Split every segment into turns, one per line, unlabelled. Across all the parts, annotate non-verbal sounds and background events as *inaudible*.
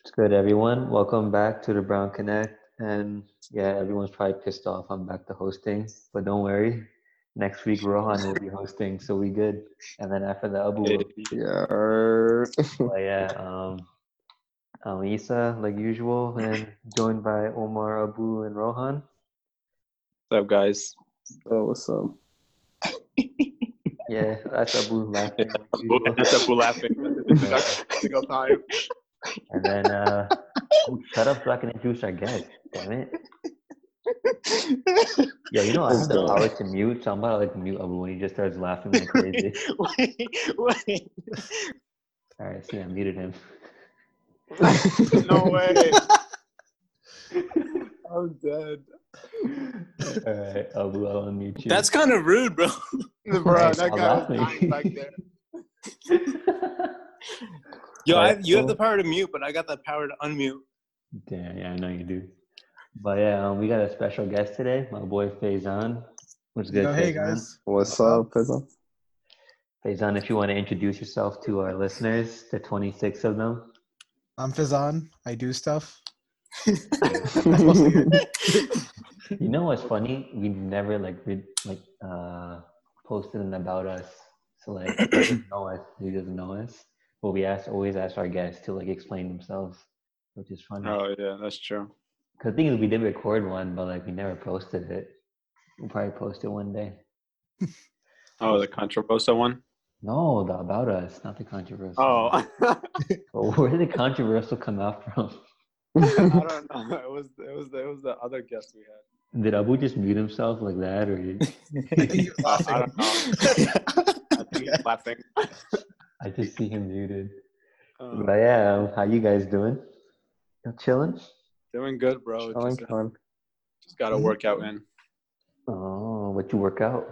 It's good, everyone. Welcome back to the Brown Connect. And yeah, everyone's probably pissed off. I'm back to hosting, but don't worry. Next week, Rohan will be hosting, so we good. And then after the Abu, will be.
Yeah.
But yeah, um, I'm Issa, like usual, and joined by Omar, Abu, and Rohan.
What's up, guys?
Oh, what's up?
Yeah, that's Abu laughing. like usual.
That's up, we're laughing. *laughs* That's every single *laughs* time.
And then, uh, ooh, shut up so I can introduce our guest. Damn it. Yeah, you know, I have the
Stop.
power to mute, so I'm about to like mute Abu when he just starts laughing like crazy.
wait,
*laughs*
wait.
All right, see, I muted him.
No *laughs* way.
I'm dead.
All right, Abu, I'll unmute you.
That's kind of rude, bro.
Bro, that
I'm
guy was
laughing.
dying back there.
*laughs* Yo, I,
Alright,
you have
cool.
the power to mute, but I got the power to unmute.
*laughs* Damn, yeah, I know you do. But yeah, um, we got a special guest today, my boy Faison. What's good?
Yo, hey
Faison?
guys.
what's
Uh-huh.
up, Pizza?
Faison, if you want to introduce yourself to our listeners, the 26 of them.
I'm Um, Fizan. I do stuff.
You know what's funny? We've never like re- like uh, posted an about us, so like he doesn't know us. He doesn't know us. But we ask always ask our guests to like explain themselves, which is funny.
Oh, yeah, that's true.
Cause the thing is, we did record one, but like we never posted it. We'll probably post it one day.
Oh, the Contraposa one?
No, the about us, not the controversial.
Oh,
*laughs*
*laughs* I
Well, where did the controversial come out from? *laughs*
don't know. *laughs* It was, it, was, it was the other guest we had.
Did Abu just mute himself like that, or he-
*laughs*
I think he was
I- I
laughing.
don't know. *laughs* I think he's laughing.
*laughs* I just see him muted?
Um,
But yeah, um, how you guys doing? you chilling?
doing good, bro.
Chilling,
Just, uh,
chilling.
just got a workout in.
Oh, what you work out?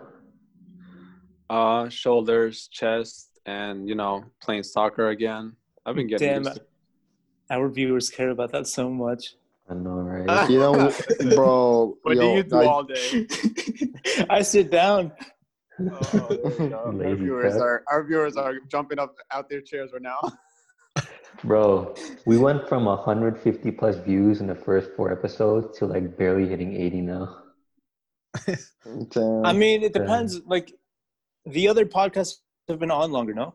Uh, shoulders, chest, and, you know, playing soccer again. I've been getting
Damn,
used to
uh,
it.
our viewers care about that so much.
I know, right?
Ah.
You know, bro.
What
yo,
do you do
I-
all
*laughs*
day?
*laughs* I sit down.
Oh, there you go. our
Lazy
viewers
crap.
are our viewers are jumping up out their chairs right now.
Bro, we went from 150 plus views in the first four episodes to like barely hitting 80 now.
Oh, Damn.
I mean, it depends. Like, the other podcasts have been on longer, no?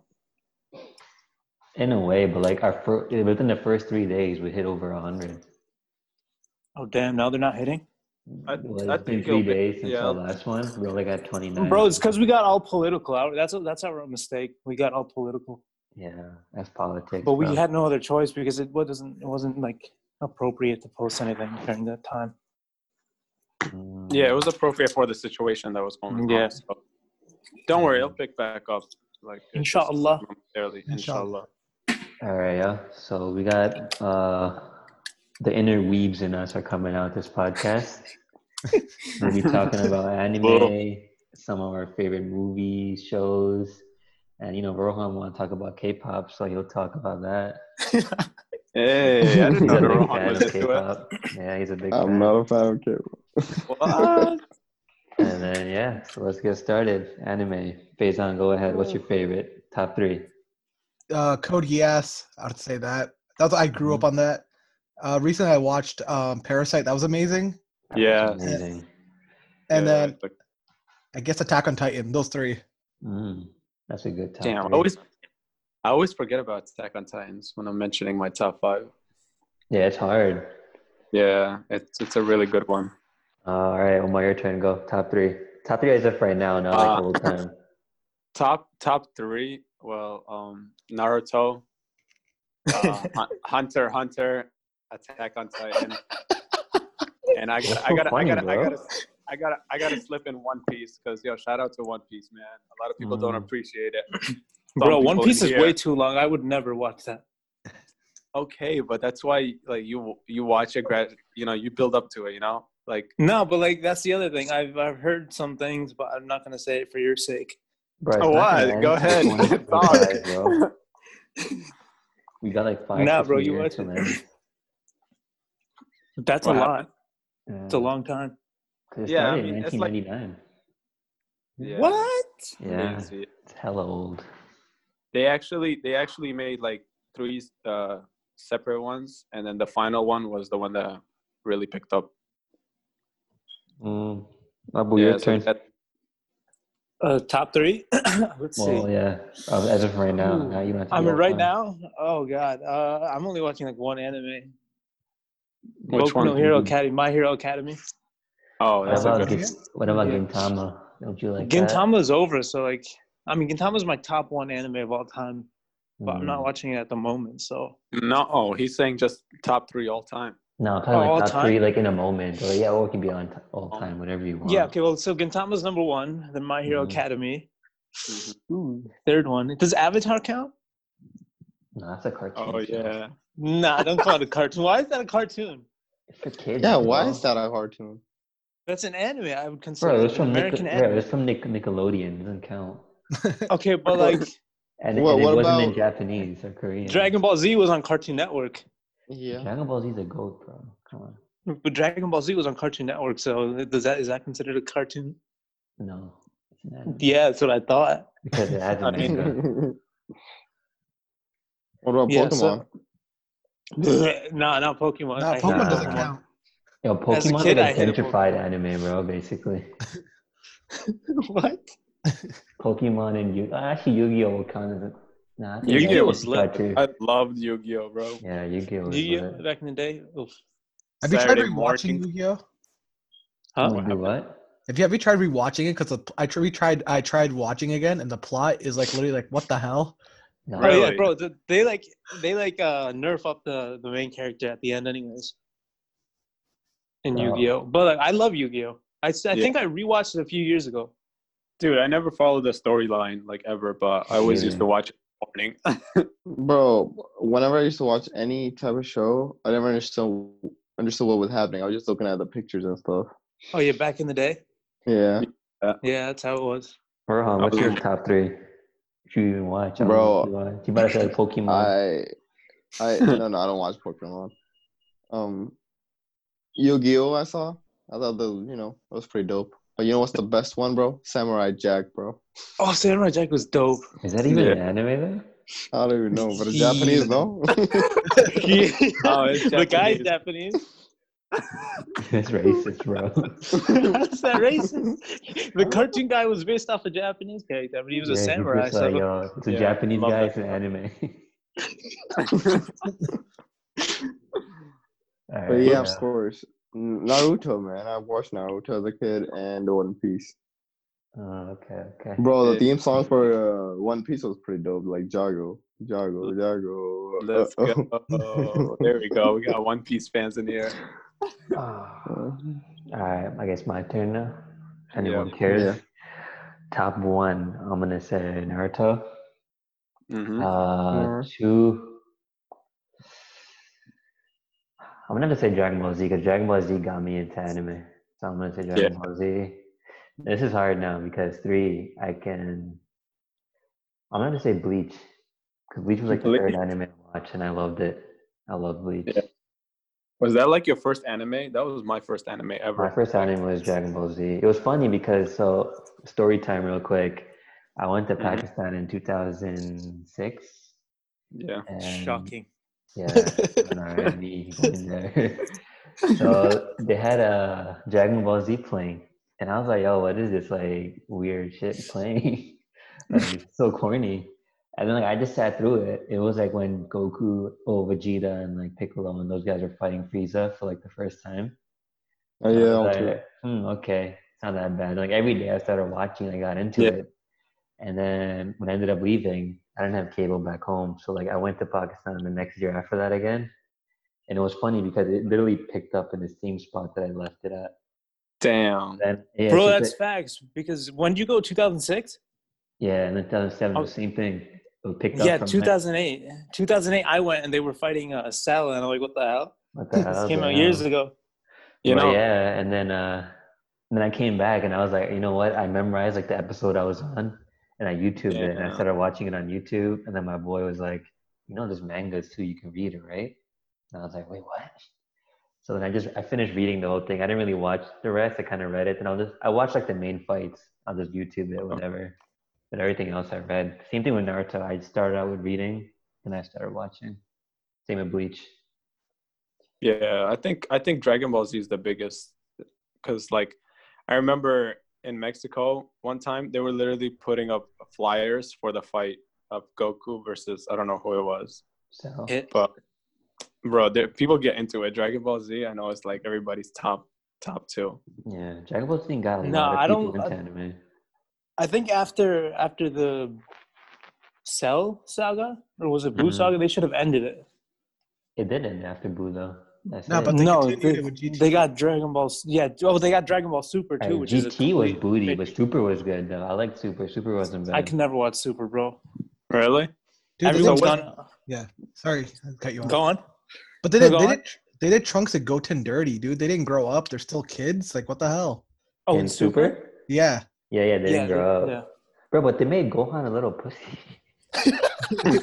In a way, but like our first, within the first three days, we hit over 100.
Oh, damn, now they're not hitting?
I-
Well,
I
it's been
think it'll
three
be-
days since
yeah.
our last one. We only got 29.
Bro, it's because we got all political. Our- That's, that's our own mistake. We got all political.
yeah, that's politics.
But we
bro.
had no other choice because it wasn't, it wasn't like appropriate to post anything during that time.
Mm.
*laughs* Yeah, it was appropriate for the situation that was going on.
Yeah.
so. Don't worry, it'll pick back up. Like it's
Inshallah.
momentarily, Inshallah.
Inshallah.
All right, yeah. So we got uh, the inner weebs in us are coming out this podcast. we'll be
*laughs*
talking about anime, some of our favorite movies, shows, and you know Rohan want to talk about K-pop, so he'll talk about that.
Hey, I didn't
He's a
know the
big
Rohan
fan
was
of
into it.
K-pop. Yeah, he's a big
I'm
fan.
not a fan of K.
What?
And then yeah, so let's get started. Anime, Faison, go ahead. What's your favorite? Top three.
Uh, Code Yes. I'd say that. That's I grew
Mm-hmm.
up on that. Uh, recently, I watched um, Parasite. That was amazing.
Yeah.
Amazing.
And
Yeah,
then
it's like,
I guess Attack on Titan. Those three.
Mm, that's a good top
damn, I
three.
always I always forget about Attack on Titans when I'm mentioning my top five.
yeah, it's hard.
Yeah, it's it's a really good one.
Uh, all right, Omar, your turn. Go top three. Top three as of right now, not like
Uh,
old time.
Top top three. Well, um, Naruto,
*laughs*
uh, Hun- Hunter x Hunter, Attack on Titan, and I
What's
got I
so
got I
funny,
got I
bro?
got I got I got to slip in One Piece because yo, shout out to One Piece, man. A lot of people don't
Mm.
appreciate it. Some
Bro, One
people
Piece is
here-
way too long. I would never watch that.
okay, but that's why like you you watch it, grad, you know, you build up to it, you know, like
No, but like that's the other thing. I've I've heard some things, but I'm not gonna say it for your sake.
Bro, it's
Oh,
not gonna
what?
end till
Go ahead.
2025, bro. We got like five.
Nah,
six
bro, you
years
watch
till
it.
then.
That's
What
a
happened?
lot. It's a long time.
Cause it
Yeah, I
started in
mean, it's like-
1999.
Yeah.
What?
Yeah,
Yes, yeah.
it's hella old.
They actually they actually made like three uh, separate ones, and then the final one was the one that really picked up.
Mm. Abu, your
so
turn.
that-
Uh, top three. *clears throat* Let's see.
well, yeah, uh, as of right now,
Ooh.
now you don't have to
I mean,
go
right
far.
now, oh god, uh, I'm only watching like one anime.
which
Boku
one?
No Hero
Mhm.
Academy, My Hero Academy.
Oh,
What
that's a
about,
good.
good
Gin- what about
Yeah.
Gintama? Don't you like that?
Gintama's over, so like, I mean, Gintama's my top one anime of all time, but I'm not
Mm.
watching it at the moment. So
No, oh, he's saying just top three all time.
No, I'm talking
all
like top three,
time?
like in a moment. Or yeah, or it can be on t- all time, whatever you want.
yeah, okay, well, so Gintama's number one, then My Hero
Mhm.
Academy,
Mhm.
Mm-hmm.
Ooh.
third one. Does Avatar count?
No, that's a cartoon.
Oh
show.
yeah,
Nah, don't call it a cartoon. Why is that a cartoon?
It's for kids.
Yeah, why
bro.
is that a cartoon?
That's an anime. I would consider
Bro,
it
it's
an
from
American
Nick- bro,
anime.
it's from Nick- Nickelodeon. It doesn't count.
Okay, but like
And,
Well,
and it
what
wasn't in
about-
Japanese or Korean.
Dragon Ball Z was on Cartoon Network,
Yeah.
Dragon Ball Z's a goat, bro. Come on.
but Dragon Ball Z was on Cartoon Network. So does that is that considered a cartoon?
No. It's an anime.
Yeah, that's what I thought.
Because it
*laughs*
has a
I mean-
manga.
*laughs* What *laughs* about
Yeah,
Pokemon?
so- *laughs* no, not Pokemon.
Nah,
I hate
Pokemon
Nah.
doesn't count.
Yo,
As a
Pokemon
kid, I
like a
hated
gentrified anime, bro, basically. *laughs*
what?
Pokemon and Yu actually Yu Gi Oh! kind of. Nah, I think
Yu-Gi-Oh!
Yu-Gi-Oh
was lit.
too.
I loved Yu-Gi-Oh, bro.
Yeah, Yu Gi Oh!
Yu
is
Gi
lit.
Oh! back in the day? Oof.
Have you tried
Saturday
rewatching
morning.
Yu-Gi-Oh?
I'm
Huh?
gonna do what?
Have you have you tried rewatching it? Because I tr- we tried I tried watching again, and the plot is like literally like what the hell?
No.
Oh yeah,
Really?
bro. th- They like they like uh nerf up the the main character at the end, anyways. In
Oh.
Yu Gi Oh, but like I love Yu Gi Oh. I, s- I
Yeah.
think I rewatched it a few years ago.
Dude, I never followed the storyline like ever, but I always
Really?
used to watch it in the morning. *laughs*
Bro, whenever I used to watch any type of show, I never understood understood what was happening. I was just looking at the pictures and stuff.
Oh yeah, back in the day.
Yeah.
Yeah, that's how it was.
Rohan, what's your
Um,
top three? If you even watch, I don't
Bro,
know if you watch. You better say Pokemon.
I I no no I don't watch Pokemon. Um Yu-Gi-Oh! I saw. I thought the you know that was pretty dope. But you know what's the best one, bro? Samurai Jack, bro.
Oh, Samurai Jack was
*laughs*
dope.
is that even
Yeah.
an anime though? *laughs*
I don't even know, but *laughs* it's
Yeah.
Japanese, no?
Yeah.
Oh, it's
the guy's
Japanese.
Japanese.
That's racist, bro.
*laughs* How is that racist? The cartoon guy was based off a Japanese character, but he was uh,
Yeah,
a
he's just
samurai.
like,
so
yo, it's a
Yeah,
Japanese
love
guy,
that.
it's an anime. *laughs* All
*laughs* but
right,
yeah, of course. N- Naruto, man. I watched Naruto as a kid and One Piece.
Oh, okay, okay.
Bro, the
Yeah.
theme song for uh, One Piece was pretty dope. Like Jago, Jago, Jago.
Let's
uh-oh.
*laughs*
go. There we go. We got One Piece fans in here.
all
Uh,
right, Ah. I guess my turn now. If anyone
Yeah.
cares.
Yeah.
Top one, I'm gonna say Naruto.
hmm
Uh,
Or-
two. I'm not gonna say Dragon Ball Z because Dragon Ball Z got me into anime, so I'm gonna say Dragon Ball Z. This is hard now because three, I can. I'm not gonna say Bleach because Bleach was like the third
Bleach?
anime I watched and I loved it. I love Bleach.
Yeah. Was that like your first anime? That was my first anime
My
ever.
first anime was Dragon Ball Z. It was funny because so story time real quick. I went to
Mhm.
Pakistan in 2006.
Yeah.
And
shocking.
Yeah, on R&B in there. *laughs* so they had a Dragon Ball Z playing, and I was like, "Yo, what is this like weird shit playing? *laughs* like, it's so corny." And then like I just sat through it. It was like when Goku, oh Vegeta, and like Piccolo, and those guys were fighting Frieza for like the first time.
*laughs* oh,
And I
yeah,
was
okay.
like, "Hmm, okay, it's not that bad. Like every day I started watching, I got into
Yeah.
it. And then when I ended up leaving, I didn't have cable back home. So like I went to Pakistan the next year after that again. And it was funny because it literally picked up in the same spot that I left it at.
Damn.
Then yeah,
Bro,
it's
that's
just that-
facts. Because when did you go 2006?
yeah, and then 2007
Oh.
was the same thing. It picked up
Yeah,
from there.
2008. 2008, I went and they were fighting uh, Sal, and I'm like, what the hell?
What the
This
hell,
came out
damn.
years ago.
You
But
know,
yeah, and then uh and then I came back and I was like, you know what? I memorized like the episode I was on and I YouTubed it and I
Yeah.
started watching it on YouTube and then my boy was like, you know there's mangas too, you can read it, right? And I was like, wait, what? So then I just I finished reading the whole thing. I didn't really watch the rest. I kind of read it and I was just I watched like the main fights. I'll just YouTube it, whatever. But everything else I read. Same thing with Naruto. I started out with reading, and I started watching. Same with Bleach.
Yeah, I think I think Dragon Ball Z is the biggest because like I remember in Mexico one time they were literally putting up flyers for the fight of Goku versus I don't know who it was,
So
It,
but bro, there, people get into it. Dragon Ball Z, I know it's like everybody's top top two.
yeah, Dragon Ball Z got a
No,
lot of
I
people
don't-
into
I-
anime.
I think after after the Cell saga or was it Blue
Mhm.
saga, they should have ended it.
It did end after Buu though. That's
No,
it.
but they
no,
continued
they,
it with GT.
they got Dragon Ball. S- Yeah, oh, they got Dragon Ball Super
Hey,
too, which is a
GT was
complete
booty, but
bitch.
Super was good though. I liked Super. Super wasn't bad.
I can never watch Super, bro.
Really?
Dude, they
Everyone's
did-
gone.
Sorry, I cut you off.
Go on.
But they
No,
did.
go
They
on.
did. They did Trunks and Goten dirty, dude. They didn't grow up. They're still kids. Like what the hell?
Oh,
In
it's Super.
Yeah.
Yeah, yeah, they
Yeah,
didn't grow
they-
up. Bro, but they made Gohan a little pussy. *laughs*
yeah.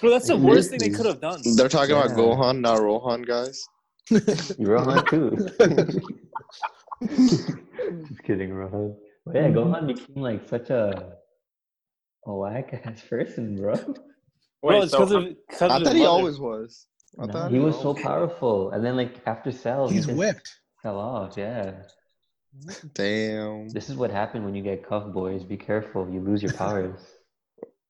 Bro, that's the
Like,
worst thing they
Please.
could have done.
They're talking
Yeah.
about Gohan, not
*laughs*
Rohan, guys.
Rohan too. *laughs* Just kidding, Rohan. But
Mm-hmm.
yeah, Gohan became like such a a whack *laughs* ass person, bro.
Wait,
bro, it's
so
because of because
*laughs* I
of his
thought he
mother.
always was. I
No,
thought
he was so
always-
powerful, and then like after
Oh,
Cell, he
He's
just
whipped.
fell off. Yeah,
Damn. *laughs*
this is what happened when you get cuffed, boys. Be careful, you lose your powers.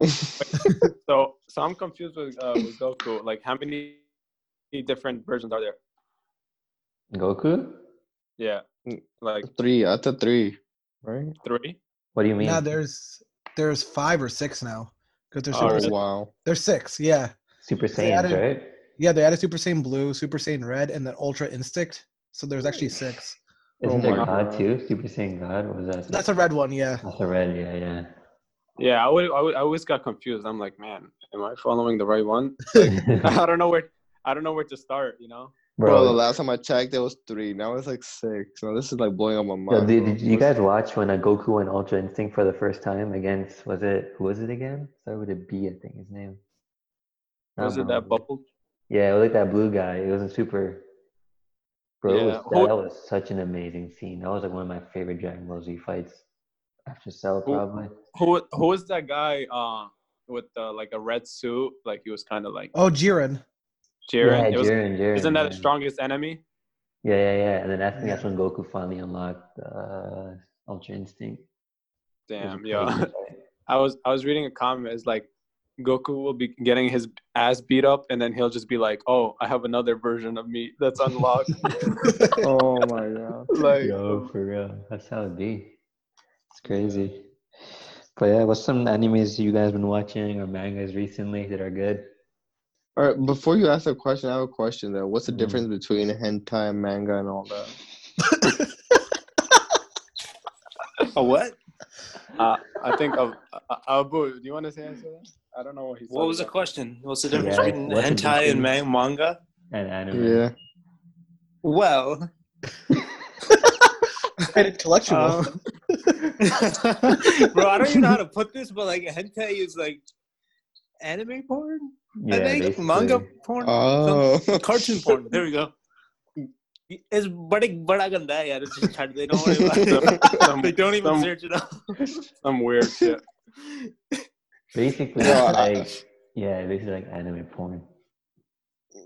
so so I'm confused with, uh, with Goku. Like, how many different versions are there?
Goku?
Yeah,
Mm.
like
Three. I thought three. Right?
three.
What do you mean?
Now there's there's five or six now. Because there's
Oh,
super.
Oh,
really?
Sai-
wow.
There's six. Yeah.
Super
They
Saiyans,
added-
right?
Yeah. They added Super Saiyan Blue, Super Saiyan Red, and then Ultra Instinct. So there's actually six.
Isn't
Oh
there
my
God
God.
too? Super Saiyan God? What was that?
That's a red one. Yeah.
That's a red, yeah, yeah.
Yeah, I, would, I, would, I always got confused. I'm like, man, am I following the right one?
*laughs*
Like,
*laughs*
I don't know where I don't know where to start. You know?
Bro, the last time I checked, it was three. Now it's like six. Now this is like blowing up my
yo,
mind.
did,
bro.
did you guys watch when uh, Goku went Ultra Instinct for the first time against, was it, who was it again? Started with a B, I think his name. Not
Was it that
Broly.
bubble?
Yeah, it was like that blue guy. It wasn't super. Bro, it
Yeah,
was,
who-
that was such an amazing scene. That was like one of my favorite Dragon Ball Z fights. After Cell,
Who-
probably.
Who who was that guy? Uh, with uh, like a red suit, like he was kind of like
Oh,
*laughs*
Jiren.
Jiren.
Yeah,
it was,
Jiren, Jiren.
Isn't that the
yeah.
strongest enemy?
Yeah, yeah, yeah. And then I think that's
Yeah.
when Goku finally unlocked uh, Ultra Instinct. It was a
Damn,
crazy
*laughs*
yeah.
fight.
*laughs* I was I was reading a comment. It's like Goku will be getting his ass beat up, and then he'll just be like, "Oh, I have another version of me that's unlocked."
*laughs* Oh my
*laughs*
god.
like,
Yo, for real. That's how it be. It's crazy. But yeah, what's some animes you guys been watching or mangas recently that are good?
All right, before you ask a question, I have a question though. What's the
Mhm.
difference between hentai and manga and all that?
A what?
uh, I think Ab- Ab- Abu. Do you want to answer that? I don't know what he's.
What was the question? What's the difference
Yeah,
between
what's the
hentai and
difference?
man- manga?
An anime.
Yeah.
Well,
And intellectual.
Um, *laughs* bro, I don't even know how to put this, but like hentai is like anime porn.
Yeah,
I think
basically.
manga porn,
Uh,
Oh.
*laughs*
*laughs*
cartoon porn. There we go. It's but but I can die. Yeah, it's just hard. They don't worry about
*laughs*
it.
*laughs*
some,
*laughs* They don't even
some,
search it up.
some weird shit.
Basically,
No,
it's
I-
like, yeah, basically like anime porn.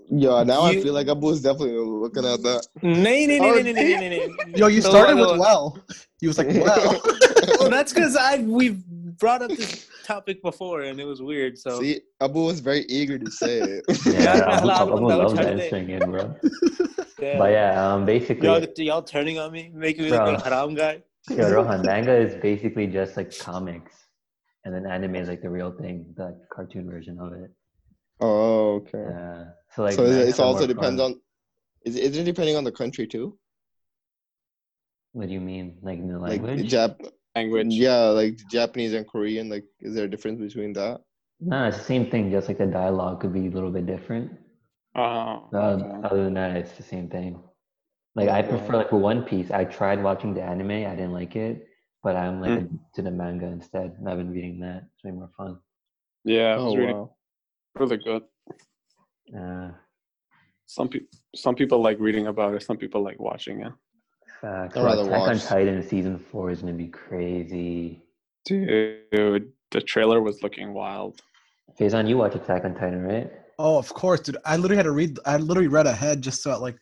Yo, now I
You-
feel like Abu's definitely looking at that.
Nay, nay, nay,
Oh,
nay, nay, nay, nay, nay.
Yo, you
The
started
level-
with well. He
*laughs*
was like,
*laughs*
well.
Well, uh, *laughs* that's because I we've brought up this topic before and it was weird. So
See, Abu was very eager to say it.
*laughs* Yeah,
*laughs* Yeah,
I'm,
I
I'm,
love- I
love
love
that
anime.
thing, in, bro.
yeah.
But yeah, um, basically,
y'all, y'all turning on me, making me look
Bro.
like a haram guy.
Yo,
*laughs*
Rohan, manga is basically just like comics, and then anime is like the real thing, the cartoon version of it.
*laughs* Oh, okay.
Yeah. So like,
so it-
mangas
it's
are
also
more
depends
fun.
on. Is, is it depending on the country too?
What do you mean, like in the
Like
language?
Jap,
Language.
yeah, like Japanese and Korean. Like, is there a difference between that?
no, it's the same thing. Just like the dialogue could be a little bit different.
Oh,
Uh,
okay.
Other than that, it's the same thing. Like I
Oh,
prefer
wow.
like for One Piece. I tried watching the anime. I didn't like it, but I'm like
Hmm.
to the manga instead. And I've been reading that. It's way more fun.
Yeah, it
Oh
was really,
wow.
really good.
Uh,
Some people, some people like reading about it. Some people like watching it.
Facts.
I'd
Well,
rather
Attack on
watch-
Titan season four is gonna be crazy.
Dude, the trailer was looking wild.
Faison, you watch Attack on Titan, right?
Oh, of course, dude. I literally had to read. I literally read ahead just so like,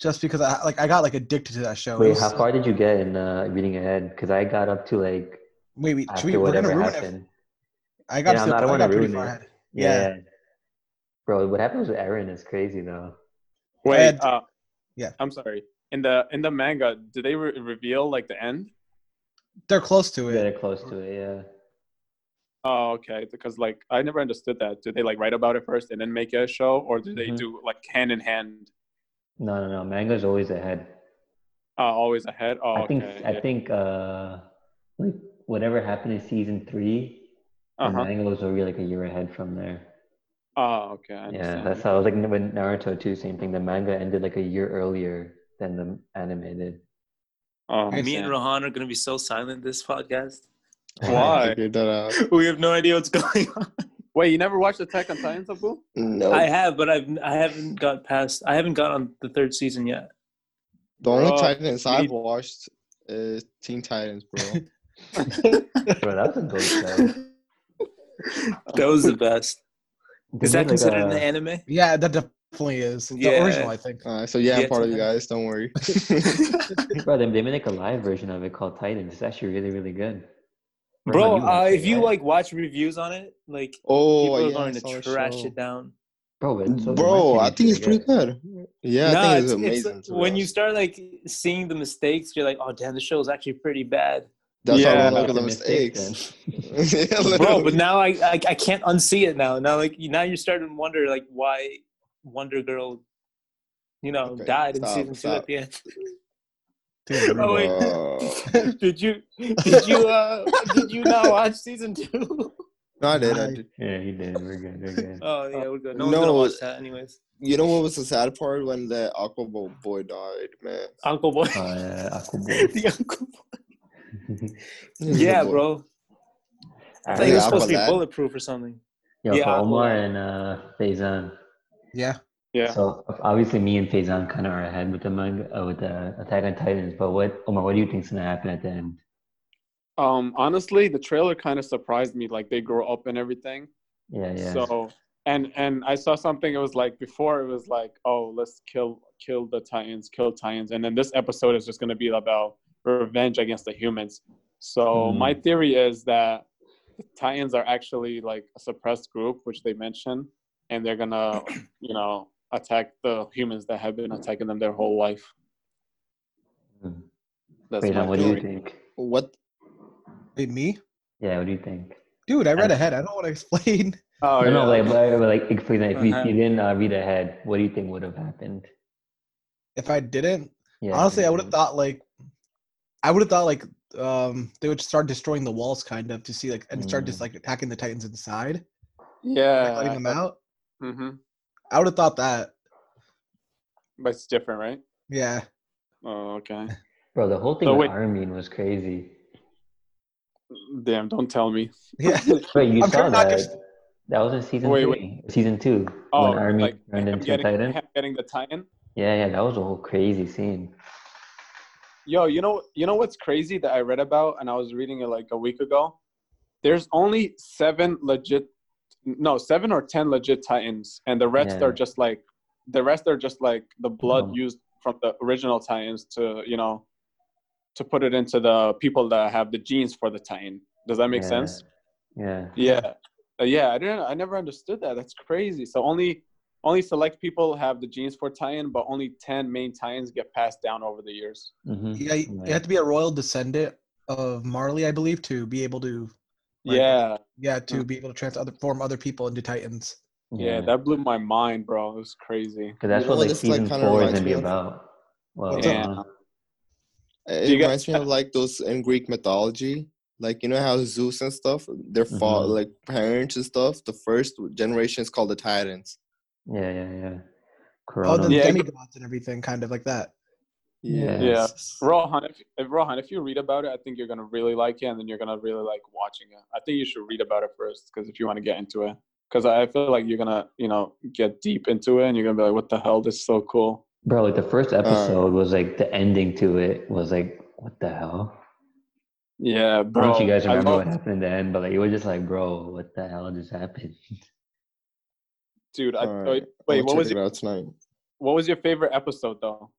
just because I like I got like addicted to that show. It
Wait,
was
how
so-
far did you get in uh, reading ahead? Because I got up to like
Wait, wait. Should
after
we? We're gonna
whatever
ruin it.
happened.
I got
Yeah,
to.
I'm
the-
not- I don't
I
wanna
got pretty
ruin
far
it.
ahead. Yeah.
Bro, what happens with Eren is crazy though.
Wait,
had-
uh,
yeah.
I'm sorry. In the in the manga, do they re- reveal like the end?
They're close to
We're
it.
close to it, yeah.
Oh, okay. Because like I never understood that. Do they like write about it first and then make a show, or do they
Mhm.
do like hand in hand?
No, no, no. Manga's always ahead.
Uh, always ahead. Oh,
I think
okay.
I think uh like whatever happened in season three,
Uh
the
huh.
manga was already like a year ahead from there.
Oh, okay. I
Yeah,
understand.
that's how I was like with Naruto too. Same thing. The manga ended like a year earlier than the anime did.
Oh,
Me and
man.
Rohan are gonna be so silent this podcast.
*laughs*
*laughs*
Why?
Figured that out.
We have no idea what's going on.
Wait, you never watched Attack on Titan, Abu?
No.
I have, but I've I haven't got past. I haven't got on the third season yet.
the only
Bro,
Titans
you
I've
need-
watched is Teen Titans,
*laughs*
bro.
Bro, that was a dope show.
That was the best.
They
Is
made, like,
that
uh,
considered
a-
an anime?
Yeah, that definitely is the
Yeah.
original. I think.
All right, so yeah,
Yeah,
I'm part of you
Teen
guys.
*laughs*
Don't worry.
Bro, they, they made like a live version of it called Titans. It's actually really, really good.
Bro,
Rohan, you watched
uh,
it,
if you
right?
like watch reviews on it, like people
*laughs* oh,
are
yeah,
going
I saw
to
the
trash
show.
it down.
bro, it's so- in my
Bro, I
opinion,
think it's pretty
good.
good. Yeah,
Nah,
I think
it's-
it's,
it's-
amazing. to be
when you
honest.
start like seeing the mistakes, you're like, oh damn, the show is actually pretty
*laughs*
bad.
that's how
Yeah.
we look at the
Fucking mistakes,
mistakes. *laughs*
Bro, but now I, I I can't unsee it now. Now like now you're starting to wonder like why Wonder Girl, you know,
Okay,
died
stop,
in season two
stop.
at the end.
*laughs*
Dude,
Oh, wait.
Bro.
*laughs* did you did you uh did you not watch season two?
*laughs* *laughs* No, I did. I did.
Yeah, he did. We're good. We're good.
*laughs*
Oh yeah, we're good. No, one's gonna
No.
watch that anyways.
You know what was the sad part when the Aquabo boy died, man?
Uncle Boy. *laughs*
Oh, yeah, Aqua Boy.
the Uncle Boy.
*laughs*
This is
Yeah,
the boy.
bro. I thought
Yeah,
he was
I
supposed
thought
to be
that.
bulletproof or something.
Yo,
Yeah,
for
Aqua
Omar
Boy.
and uh, Faison.
yeah.
Yeah.
So obviously, me and Faison kind of are ahead with the manga, uh, with the Attack on Titans. But what, Omar? What do you think's gonna happen at the end?
Um, honestly, the trailer kind of surprised me. Like they grow up and everything.
Yeah, yeah.
So and and I saw something. It was like before. It was like, oh, let's kill kill the Titans, kill Titans, and then this episode is just gonna be about revenge against the humans. So
Mhm.
my theory is that the Titans are actually like a suppressed group, which they mention, and they're
*clears throat*
gonna, you know, attack the humans that have been attacking them their whole life.
Hmm.
That's my
Faison, what do
theory.
you think?
What?
Wait, me?
Yeah, what do you think?
Dude, I read ahead. I don't want to *laughs* explain.
Oh
no, no,
yeah.
like, but, but, like, if, for example, if you,
Uh-huh.
you didn't uh, read ahead, what do you think would have happened?
If I didn't,
Yeah,
honestly, I
for
would have
example.
thought like, I would have thought like, um, they would start destroying the walls, kind of, to see like, and start just
Mm. Uh,
like attacking the Titans inside, like, letting
yeah.
them out.
hmm
I would have thought that.
But it's different, right?
Yeah. *laughs*
Oh,
*laughs*
okay.
Bro, the whole thing
So
with
wait-
Armin was crazy.
Damn, don't tell me.
*laughs*
Yeah.
Wait, you
I'm
saw
sure
that?
not gonna-
That was in season
Wait, wait.
three, season two,
Oh,
when Armin
like
turned
him
into a
getting,
Titan.
him getting the tie-in.
Yeah, yeah, that was a whole crazy scene.
Yo, you know, you know what's crazy that I read about, and I was reading it like a week ago. There's only seven legit, no, seven or ten legit Titans, and the rest
Yeah.
are just like, the rest are just like the blood
Mhm.
used from the original Titans to you know, to put it into the people that have the genes for the Titan. Does that make
Yeah.
sense?
Yeah.
Yeah, Uh, yeah. I didn't. I never understood that. That's crazy. So only only select people have the genes for tie-in, but only ten main tie-ins get passed down over the years.
Mm-hmm.
Yeah. You, you
Yeah.
have to be a royal descendant of Marley, I believe, to be able to. Right.
Yeah,
Yeah, to
Mm.
be able to trans other form other people into Titans.
yeah. That blew my mind, bro. It was crazy.
Because that's
You know
what like
what this, like,
season
kinda
four is
reminds
gonna be
me of?
about. Well,
What's up?
uh,
Uh, It
Do you guys-
reminds me of like those in Greek mythology. Like you know how Zeus and stuff, their fa
Mm-hmm.
Mhm.
like parents and stuff. The first generation is called the Titans.
yeah, yeah, yeah.
Oh,
Corona.
the
Yeah, it
demigods and everything, kind of like that.
Yeah.
Yeah, Rohan. If, if Rohan, if you read about it, I think you're gonna really like it, and then you're gonna really like watching it. I think you should read about it first, because if you want to get into it, because I feel like you're gonna, you know, get deep into it, and you're gonna be like, "What the hell? This is so cool."
Bro, like the first
Uh,
episode was like the ending to it was like, what the hell?
Yeah,
I
bro.
don't know if you guys
I
remember what
loved-
happened in the end, but like you were just like, bro, what the hell just happened? *laughs*
dude. I,
All right.
wait,
I'll
what
check
was
it
your,
out tonight?
what was your favorite episode though?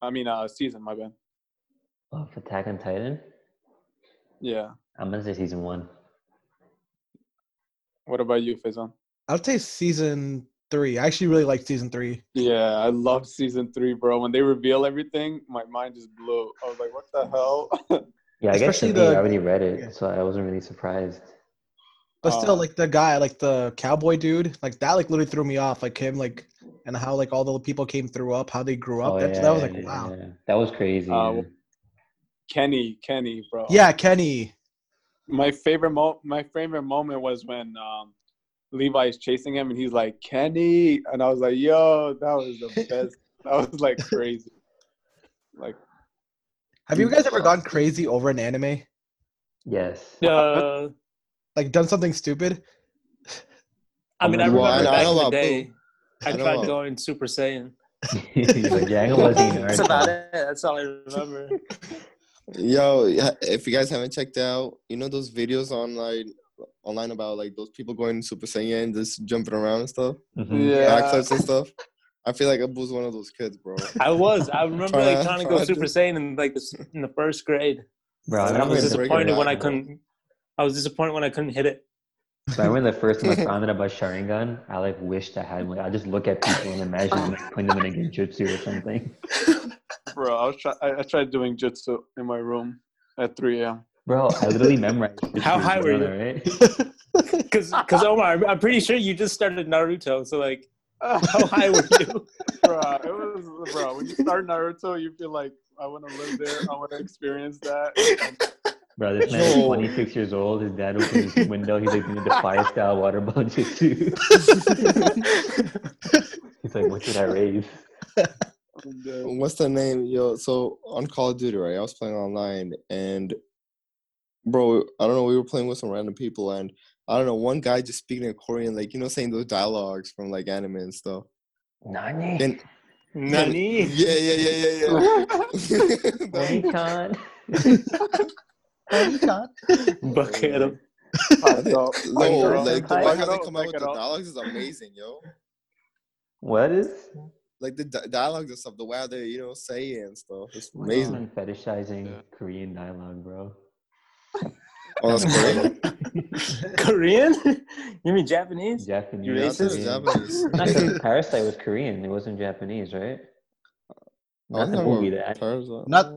I mean, uh, season. My bad.
Of Attack on Titan?
Yeah.
I'm gonna say season one.
What about you, Faison?
I'd say season three. I actually really liked season three.
Yeah, I love season three, bro. When they reveal everything, my mind just blew. I was like, what the hell?
Yeah, I guess to
Especially
me,
the-
I already read it,
yeah.
so I wasn't really surprised.
But still,
Uh,
like the guy, like the cowboy dude, like that, like literally threw me off. Like him, like and how like all the people came through up, how they grew up.
Oh,
that,
yeah,
that was
yeah,
like
yeah,
wow. Yeah.
yeah. That was crazy.
Uh,
yeah.
Kenny, Kenny, bro.
Kenny.
My favorite mo- my favorite moment was when um, Levi is chasing him and he's like Kenny, and I was like, yo, that was the best. that was like
*laughs*
crazy. Like,
Have you guys ever gone crazy over an anime?
*laughs*
Yes.
Uh,
Like done something stupid?
I mean, I
Well, I
remember
know- I
back
know
in the
about
day, I
I know
tried
about-
going Super Saiyan.
Like, yeah, I was in
That's
Naruto.
about it. That's all I remember.
Yo, yeah, if you guys haven't checked out, you know those videos online online about like those people going Super Saiyan, just jumping around and stuff,
Mhm.
yeah,
backflips and stuff. I feel like Abu's one of those kids, bro.
I was. I remember
Try
like
to-
trying to
try
go
to-
Super Saiyan in like this, in the first grade.
Bro, I
I
And I
remember
was
remember
in the
disappointed when I
Ragnarok.
couldn't. I was disappointed when I couldn't hit it.
So *laughs* I remember the first time I found out about
*laughs*
Sharingan, I like wished I had one. I just look at people and imagine them, like, putting them in a genjutsu or something.
bro. I, was try- I-, I tried doing jutsu in my room at 3 a.m.
Bro, I literally memorized.
How
jutsu,
high were you?
Right?
*laughs* Because, because Omar, oh I'm- I'm pretty sure you just started Naruto. So like, how high were you?
*laughs* bro, it was bro. When you start Naruto, you feel like I want to live there. I want to experience that.
Bro, this man is
Yo.
26 years old. His dad opens his window. He's like doing the fire style water ball *laughs*
*laughs*
jutsu. He's like, what did I raise?
And, uh,
What's the name? Yo, so on Call of Duty, right? I was playing online and bro, I don't know, we were playing with some random people and I don't know, one guy just speaking in Korean, like, you know, saying those dialogues from like anime and stuff.
Nani?
*laughs*
Then
Nani?
*laughs* Yeah, yeah, yeah, yeah, yeah. *laughs* That-
Nani-chan?
Buck at him.
Packed up.
*laughs* No,
Are you
like the
Pack
way
it
how they
up,
come out
pack
with
it
the
up.
dialogues is amazing, yo.
What is?
Like the di- dialogues and stuff, the way how they, you know, say it and stuff. It's
Amazing.
amazing.
fetishizing Korean dialogue, bro.
Oh, that's Korean.
Korean? *laughs* You mean Japanese?
Japanese.
You
Yeah, I thought it was
*laughs*
Racist?
Japanese.
Not because Parasite was Korean. It wasn't Japanese, right?
I was
Not the
talking
movie.
about
That
Parasite.
Not-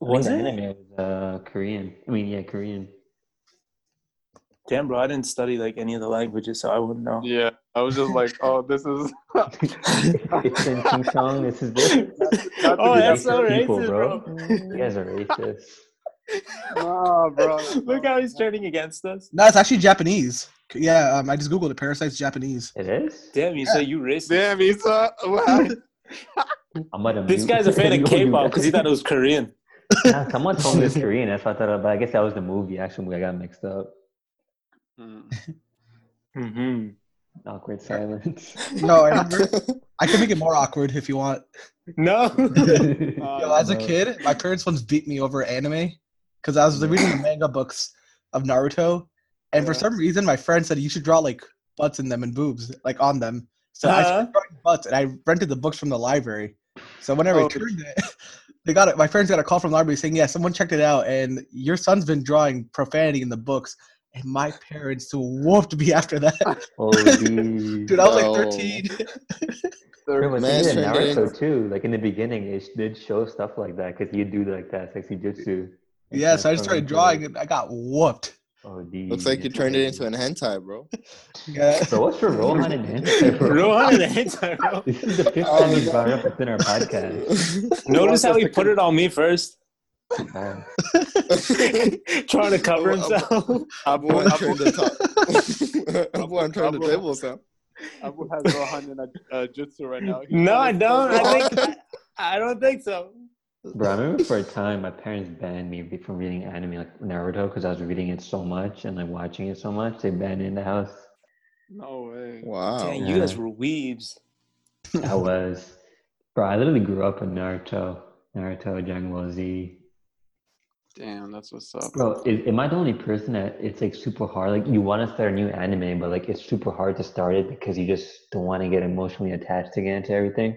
Was
I think the
it?
anime was uh, Korean. I mean, yeah,
*laughs*
Korean.
Damn, bro, I didn't study like any of the languages, so I wouldn't know.
Yeah, I was just like, oh, this is. *laughs*
it's in King Kong. This is this.
*laughs* oh,
You
that's
racist
so racist,
people,
bro.
You guys are racist.
nah, bro.
Look how he's turning against us.
No, it's actually Japanese. Yeah, um, I just googled it. Parasite's
*laughs*
Japanese.
It is.
Damn, you say you racist.
Damn, Isa. Wow.
*laughs* I'm gonna
This
mute-
guy's a fan *laughs*
Go
of
do
K-pop
that.
because he thought it was Korean.
*laughs* Nah, someone told me it was Korean. That's what I thought. About. I guess that was the movie. Actually, movie I got mixed up.
Mm-hmm.
Awkward silence.
*laughs* No,
*laughs*
I remember. I can make it more awkward if you want.
*laughs* No.
Yo,
Um,
as a kid, my parents once beat me over anime because I was reading the manga books of Naruto, and for
Yeah.
some reason, my friend said you should draw like butts in them and boobs, like on them. So
Uh-huh.
I started drawing butts, and I rented the books from the library. So when I
Oh.
returned it, *laughs* they got it. My friends got a call from the library saying, "Yeah, someone checked it out, and your son's been drawing profanity in the books." And my parents whooped me after that,
Holy.
*laughs* dude. I was
No.
like 13.
Bro, but
Man,
they did in
Stranger
Naruto too. Like in the beginning, it sh- did show stuff like that because you do like that sexy jutsu. and
*laughs* yeah, so
transform
I just started
into,
drawing,
like,
and I got whooped. *laughs*
Oh, dude,
Looks like you
that's
turned it
crazy. *laughs*
into an hentai, bro.
Yeah.
*laughs*
Bro, what's for Rohan and
*laughs*
hentai, bro?
Rohan and hentai, bro.
This is the fifth
Oh,
time he's
God.
brought up within our
*laughs*
podcast.
*laughs* Notice how he put it on me first,
Wow.
*laughs* trying to cover
Oh, oh,
himself.
Abu wanna turn the top. *laughs* Abu wanna turn the
Abu-
tables out.
Abu has Rohan in a uh, jutsu right now. He's
No,
trying
I
to
don't.
kill
*laughs*
I think I, I don't think so.
Bro, I remember for a time my parents banned me be- from reading anime like Naruto because I was reading it so much and like watching it so much. They banned it in the house.
*laughs* No way.
Wow.
Oh,
Dang, you guys
yeah.
were weebs.
I was. Bro, I literally grew up in Naruto, Naruto, Dragon Ball Z.
Damn, that's what's up.
Bro, is, am I the only person that it's like super hard? Like, you want to start a new anime, but like it's super hard to start it because you just don't want to get emotionally attached again to everything.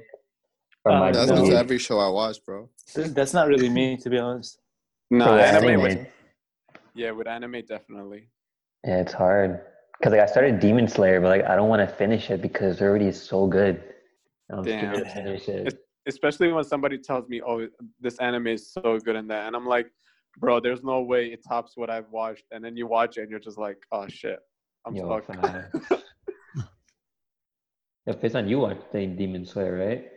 Or
Uh,
am
Um,
I
That's
the
no.
almost
only-
every show I watch, bro.
Th- That's not really me, to be honest.
No,
bro,
anime.
anime,
Would, yeah, with anime definitely.
Yeah, it's hard because like I started Demon Slayer, but like I don't want to finish it because it already is so good. I'm
Damn.
scared to finish it.
Especially when somebody tells me, "Oh, this anime is so good," and that, and I'm like, "Bro, there's no way it tops what I've watched." And then you watch it, and you're just like, "Oh shit, I'm
Yo,
fucked." *laughs*
facts. Yo, Faison, you watched the Demon Slayer, right?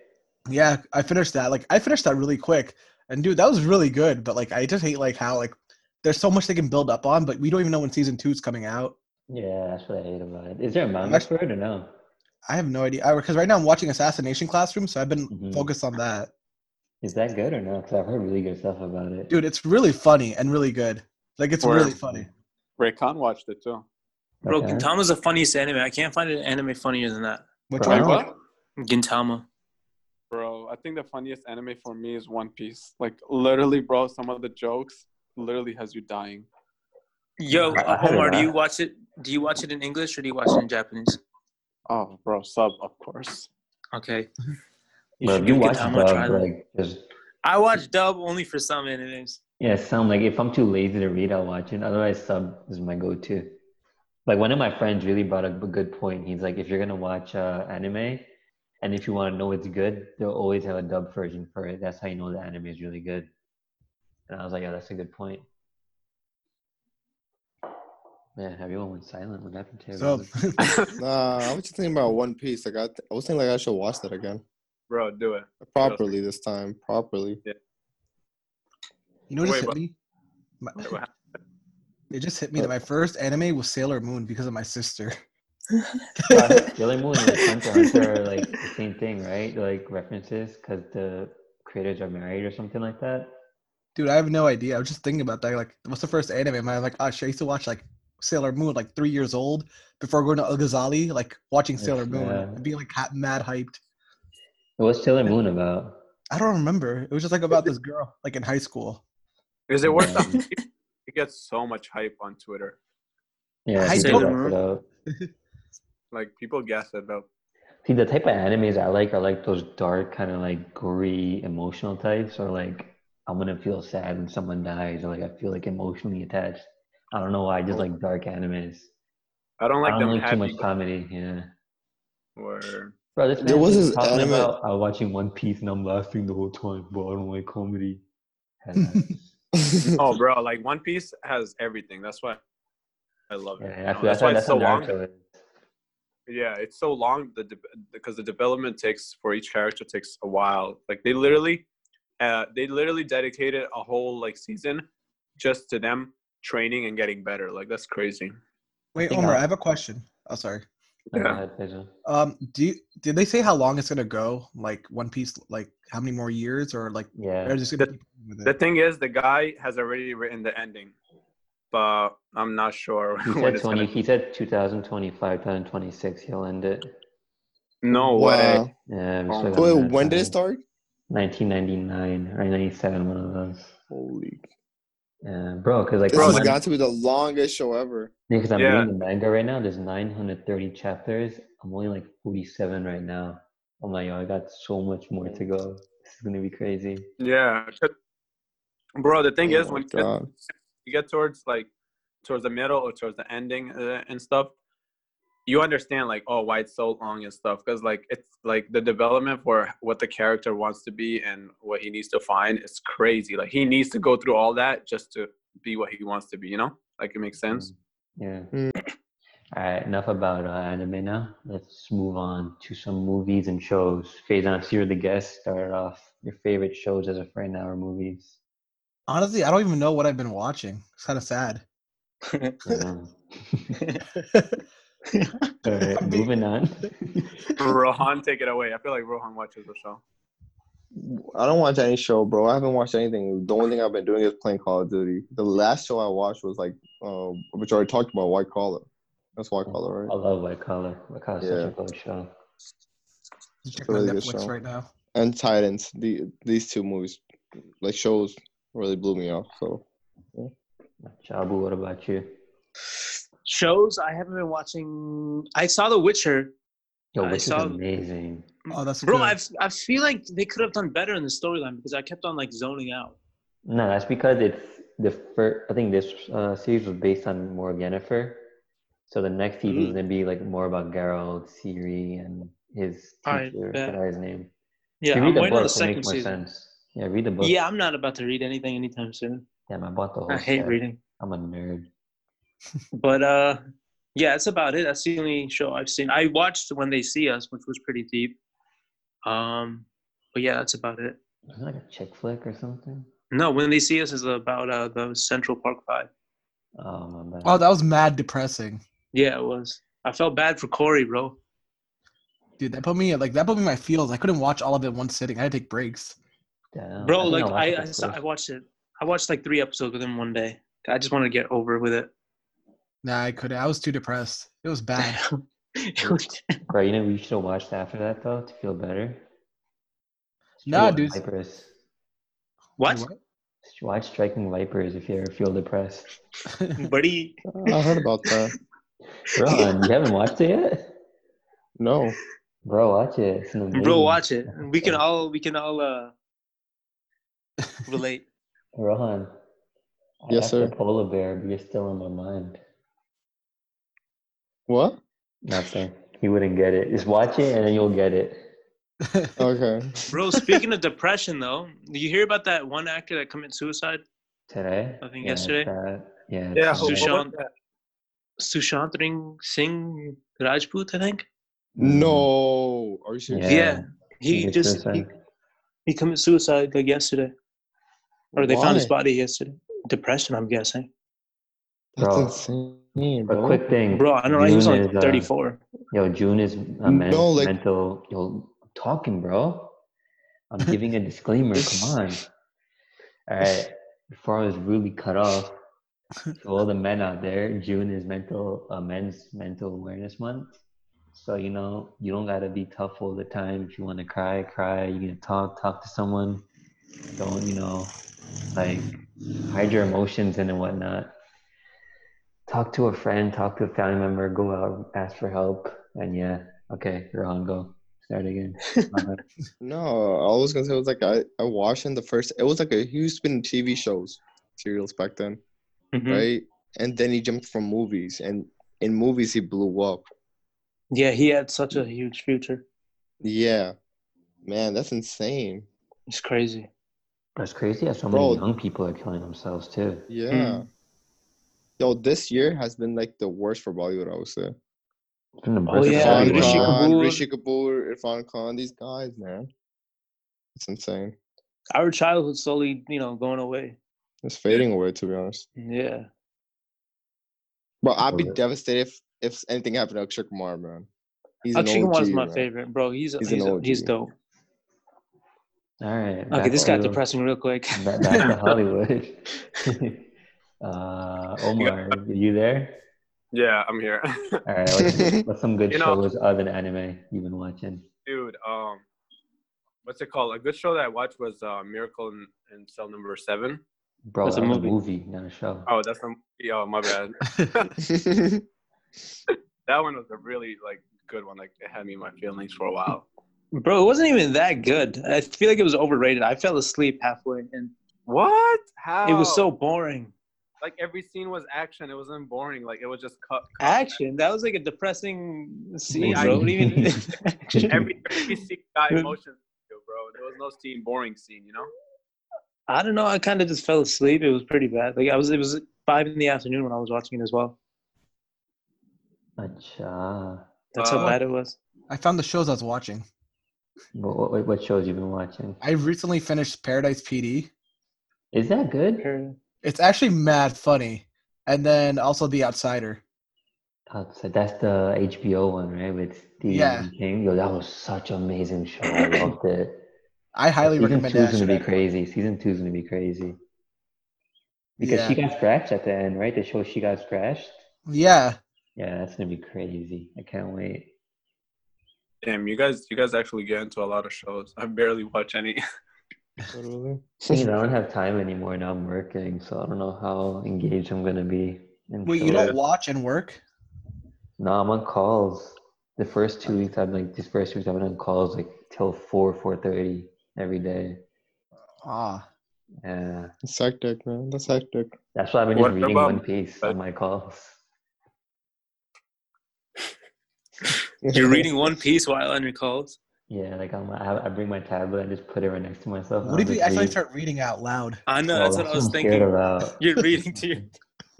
Yeah, I finished that. Like I finished that really quick. And dude, that was really good. But like I just hate like how like there's so much they can build up on, but we don't even know when season two's coming out.
Yeah, that's what I hate about it. Is there a manga
actually-
for it or no?
I have no idea. Because right now I'm watching Assassination Classroom, so I've been
Mhm.
focused on that.
Is that good or no? Because I've heard really good stuff about it.
Dude, it's really funny and really good. Like it's
Word.
really funny.
Ray Khan watched it too.
Bro,
Okay.
Gintama's the funniest anime. I can't find an anime funnier than that.
Which
Bro,
one?
I
Wait,
don't-
what?
Gintama.
Bro, I think the funniest anime for me is One Piece. Like literally, bro, some of the jokes literally has you dying.
Yo,
I- I
uh,
had
Omar,
it
do you
last-
watch it? Do you watch it in English or do you watch it in Japanese?
Oh, bro, sub of course.
Okay.
Bro,
should
if you
give
watch
Gintama a try,
dub,
though.
like just
I watch dub only for some animes.
yeah, some like if I'm too lazy to read, I'll watch it. Otherwise, sub is my go-to. Like one of my friends really brought up a good point. He's like, if you're gonna watch uh, anime, and if you want to know it's good, they'll always have a dub version for it. That's how you know the anime is really good. And I was like, yeah, that's a good point. Man, everyone went silent. What happened to
So
everyone?
Nah, I was just thinking about One Piece. Like I, th- I was thinking like I should watch that again
Bro, do it.
properly this time. Properly.
*laughs*
*laughs*
you know what just
Wait,
hit
what-
me? My-
Wait, what happened?
it just hit me that my first anime was Sailor Moon because of my sister.
*laughs* Sailor Moon and Hunter x Hunter are like the same thing, right? Like references because the creators are married or something like that.
Dude, I have no idea. I was just thinking about that. Like, what's the first anime? And I was like, oh, shit, I used to watch like Sailor Moon, like three years old, before going to Ogazali, like watching Sailor Moon
yeah.
and being like ha- mad hyped.
What's Sailor Moon about?
I don't remember. It was just like about this girl, like in high school.
Is it worth
Um,
it? It gets so much hype on Twitter.
Yeah,
I
people
don't-
gas it up.
Like people gas it up.
See, the type of animes I like are like those dark, kind of like gory, emotional types, or like I'm gonna feel sad when someone dies, or like I feel like emotionally attached. I don't know why. I just like dark animes.
I don't
I don't
like them
like too
happy
much comedy. Yeah,
or
bro, this
There
man
was
keeps
this
talking
anime-
about uh, watching One Piece, and I'm laughing the whole time. Bro, I don't like comedy. Yeah,
Oh bro, like One Piece has everything. That's why I love it. you know?
that's,
That's
that's,
why it's
that's
so
how
long.
Naruto is.
Yeah, it's so long the de- because the development takes for each character takes a while. Like they literally, uh, they literally dedicated a whole like season just to them training and getting better. Like that's crazy.
Wait,
think
Omar,
I-
I have a question. Oh, sorry.
Go
Yeah.
ahead, Faison.
Um, do you, did they say how long it's gonna go? Like One Piece, like how many more years, or like
Yeah.
they're just gonna
The-
keep with it?
The thing is, the guy has already written the ending, but I'm not sure *laughs*
He
when
said,
it's
20,
gonna.
he said 2025, 2026, he'll end it.
No
Wow.
way.
Yeah, we
Oh
still
my-
got
Wait,
a
wait,
bit of
when did it
time.
start?
1999 or 97, one of those.
Holy.
Yeah, bro, because like,
This
I'm
has
on-
got to be the longest show ever.
yeah, 'cause I'm
Yeah.
reading the manga right now. There's 930 chapters. I'm only like 47 right now. I'm like, yo, I got so much more to go. This is gonna be crazy.
Yeah, 'cause- bro. The thing
Oh
is,
my
when you get,
God.
you get towards like towards the middle or towards the ending uh, and stuff, you understand like oh why it's so long and stuff because like it's like the development for what the character wants to be and what he needs to find is crazy like he needs to go through all that just to be what he wants to be you know like it makes
*laughs*
sense
Yeah.
Mm.
All right, enough about uh, anime now. Let's move on to some movies and shows. Faison, so you're the guest. Start it off. Your favorite shows as of right now are movies.
Honestly, I don't even know what I've been watching. It's kind of sad.
*laughs*
Um, all right, moving
*laughs*
on.
rohan take it away i feel like rohan watches the show
I don't watch any show, bro. I haven't watched anything. The only thing I've been doing is playing Call of Duty. The last show I watched was like, uh, which I already talked about, White Collar. That's White Collar,
I
right?
love White Collar. White Collar is such
Yeah.
a good show.
Just check
a
my
really good
Netflix
show.
right now.
and Titans. The these two movies, like shows, really blew me off. So
Chabu, what about you?
Shows I haven't been watching. I saw The Witcher,
Yo,
I
which is
saw-
amazing.
Oh, that's
bro.
good.
I I feel like they could have done better in the storyline because I kept on like zoning out.
No, that's because it's the first. I think this uh, series was based on more of Yennefer, so the next season is
Mm.
gonna be like more about Geralt, Ciri, and his
I
teacher. I
bet.
forgot his name. you
Yeah, I'm
read the
waiting on
book,
the
it
second
makes more
season.
sense. Yeah, read the book.
Yeah, I'm not about to read anything anytime soon.
Damn, I bought the whole.
I hate
set.
reading.
I'm a nerd.
But uh, yeah, that's about it. That's the only show I've seen. I watched When They See Us, which was pretty deep. Um, but yeah, that's about it.
Is it like a chick flick or something?
No, When They See Us is about uh the Central Park Five.
Oh my bad.
oh, that was mad depressing,
Yeah, it was. I felt bad for Corey, bro.
dude. That put me like that put me in my feels. I couldn't watch all of it in one sitting. I had to take breaks.
Damn.
Bro,
Uh, think
like
watched
I I,
the
saw, I
first-
watched it. I watched like three episodes within one day. I just want to get over with it.
Nah, I couldn't. I was too depressed. It was bad.
*laughs*
*laughs* It was-
Bro, you know we should have watched after that though to feel better. Should
Nah,
watch
dude.
Vipers.
what,
Should Watch Striking Vipers if you ever feel depressed.
buddy?
I heard about that.
Ron, you haven't watched it yet?
No,
Bro, watch it. It's an amazing.
Bro, watch
*laughs*
it. We can all we can all uh relate.
Ron. I
Yes,
asked
sir.
a polar bear, but you're still in my mind.
what?
Nothing. You wouldn't get it. Just watch it and then you'll get it.
What? *laughs*
Okay,
Bro, speaking of depression though, did you hear about that one actor that committed suicide?
Today?
I think
Yeah, it's
yesterday.
that. Yeah.
Yeah,
it's
who-
that.
what was
Sushant.
that?
Sushant Ring Singh Rajput, I think.
Mhm.
no, are you serious?
Yeah. He
did
just he,
suicide.
he committed suicide like yesterday. Or they found his
Why?
body yesterday. Depression, I'm guessing.
That's
Bro.
insane,
a
bro.
quick thing.
Bro, I don't know. He was
June
like
is, uh,
34.
Yo, June is a man,
No, like-
mental. Yo, I'm talking, bro.
*laughs*
I'm giving a disclaimer. Come on. All right. Before I was really cut off, to all the men out there, June is mental uh, men's mental awareness month. So you know you don't gotta be tough all the time. If you want to cry, cry. You can talk, talk to someone. Don't you know, like hide your emotions and whatnot. Talk to a friend, talk to a family member, go out, ask for help, and yeah, okay, you're on. Go start
*laughs*
again. My bad.
No, all I was gonna say was like I, I watched in the first. It was like a huge spin in TV shows, serials back then,
Mm-hmm.
Mhm.
right? And then he jumped from movies, and in movies he blew up.
Yeah, he had such a huge future.
Yeah, man, that's insane.
It's crazy.
That's crazy. How so
Bro.
many young people are killing themselves too.
Yeah.
Hmm.
Mm.
Yo, this year has been like the worst for Bollywood. I would say.
It's been the
Oh,
birth of
yeah,
Irfan
everyone.
Rishi
Khan,
Kapoor.
Rishi Kapoor, Irfan Khan, these guys, man. It's insane.
Our childhood slowly, you know, going away.
It's fading away, to be honest.
Yeah.
Bro, I'd be
Totally.
devastated if, if anything happened to Akshay Kumar, man. He's an
Akshay Kumar is
OG,
my
man.
favorite, bro. He's
He's
he's
an
he's,
OG.
dope.
All right.
Okay,
back
this got
over-
depressing real quick. *laughs*
Ba- back to Hollywood. uh, Omar, are you there?
Yeah, I'm here. *laughs*
All right,
*laughs*
what's, what's some good
You know-
shows other than anime you've been watching?
Dude, um, what's it called? A good show that I watched was uh, Miracle in, in Cell Number Seven.
Bro,
That's
that's
a
a movie,
movie.
not a show.
Oh, that's from. Yo, my bad.
*laughs*
That one was a really like good one. Like it had me in my feelings for a while.
bro, it wasn't even that good. I feel like it was overrated. I fell asleep halfway and
What? How?
it was so boring.
like every scene was action. It wasn't boring. Like it was just cut. cut.
Action. That was like a depressing scene,
Yeah, I-
bro. What do you mean? *laughs*
Every every scene got
Mm.
emotions, bro. There was no scene boring scene. You know.
I don't know. I kind of just fell asleep. It was pretty bad. Like I was, it was five in the afternoon when I was watching it as well.
Acha.
That's
Uh,
how bad it was.
I found the shows I was watching.
What, what, what shows you've been watching?
I recently finished Paradise PD.
Is that good?
It's actually mad funny. And then also The Outsider.
Oh, so that's the HBO one, right? With Steve
Yeah.
King. Yo, that was such an amazing show.
*coughs*
I loved it.
I highly
Season
recommend
two is gonna be
that.
crazy. Season two is gonna be crazy because
yeah.
she got scratched at the end, right? The show she got scratched.
yeah.
Yeah, that's gonna be crazy. I can't wait.
Damn, you guys, you guys actually get into a lot of shows. I barely watch any. *laughs*
Literally.
you know, I don't have time anymore now. I'm working, so I don't know how engaged I'm gonna be. in
Wait, you
shows.
don't watch and work?
No, I'm on calls. The first two weeks, I've like these first two weeks, I've been on calls like till four, four thirty every day.
Ah,
Yeah,
It's hectic, man. That's hectic.
that's why I've been just
What
reading
about-
One Piece on my calls.
You're
*laughs*
reading One Piece while on your calls.
Yeah, like I'm, I, I bring my tablet, I just put it right next to myself. and
what
I'll
if you
just
actually
read.
start reading out loud?
I know.
Oh,
that's what I was
I'm scared
thinking.
about.
*laughs*
*laughs*
You're reading to your.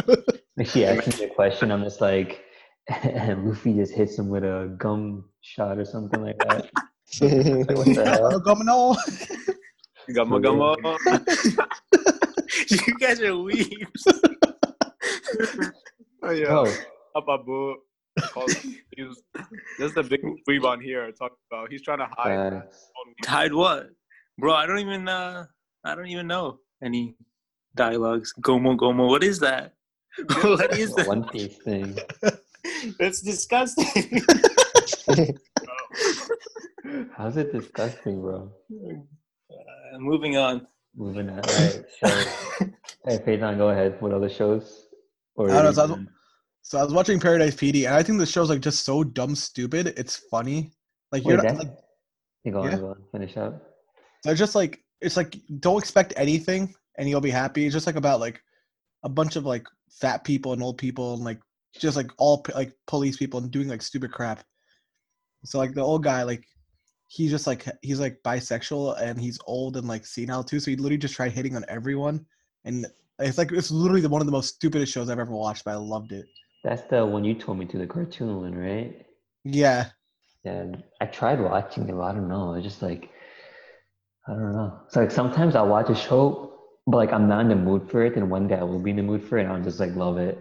*laughs*
If she asks me a question, I'm just like, *laughs* and Luffy just hits him with a gum shot or something like that. *laughs* Like, what
*laughs*
the hell?
Gummo?
Gumma
*laughs*
gumma.
you guys are weak.
Oh, yeah.
Oh,
Ababu. He's, this is the
*laughs*
big weeb on here talking about. He's trying to
Uh.
hide.
facts.
Tied what, bro? I don't even. uh I don't even know any dialogues. Gomo gomo. What is that? *laughs* what is
The
*laughs*
that?
One Piece thing.
That's disgusting. *laughs*
How's it disgusting, bro?
Uh, moving on.
Moving on. All right, so,
*laughs*
hey, Payton, go ahead. What other shows? Or
I don't know, so I was- So I was watching Paradise PD, and I think the show's like just so dumb stupid. It's funny. Like you're
Wait,
not,
that-
like
you go on,
Yeah.
go on, finish up.
they're just like it's like don't expect anything, and you'll be happy. It's just like about like a bunch of like fat people and old people and like just like all p- like police people and doing like stupid crap. So like the old guy, like he's just like he's like bisexual and he's old and like senile too. So he literally just tried hitting on everyone, and it's like it's literally the, one of the most stupidest shows I've ever watched, but I loved it.
That's the one you told me to, the cartoon one, right?
Yeah,
Yeah, I tried watching it, but I don't know. It's just like, I don't know. It's like sometimes I'll watch a show, but like I'm not in the mood for it, and one day I will be in the mood for it, and I'll just like love it.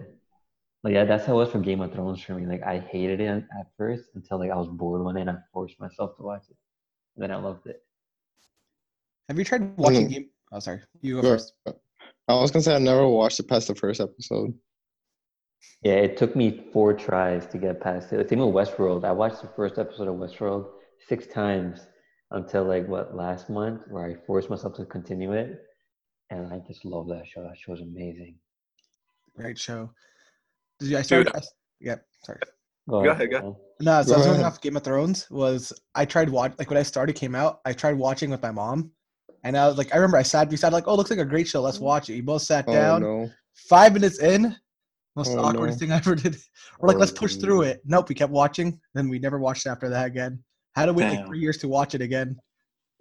Like, yeah, that's how it was for Game of Thrones for me. Like, I hated it at first until like I was bored one day and I forced myself to watch it. And then I loved it.
have you tried watching
Mm.
Game? Oh, sorry, you go
Yeah.
first.
I was gonna say I never watched it past the first episode.
Yeah, it took me four tries to get past it. Same with Westworld. I watched the first episode of Westworld six times until like what last month, where I forced myself to continue it, and I just love that show. That show is amazing.
Great show. Did you? I started. I, yeah, sorry.
Go,
Go ahead, go
Payton.
No, so
Go
I was going
ahead.
off Game of Thrones. Was I tried watch like when I started came out? I tried watching with my mom, and I was like, I remember I sat we sat like, oh, looks like a great show. Let's watch it. You both sat
Oh
down.
no.
Five minutes in, most
Oh,
awkwardest
no.
thing I ever did. *laughs* We're like,
Oh,
let's push through it. Nope, we kept watching. Then we never watched after that again. Had to wait like
Damn.
three years to watch it
*laughs*
again.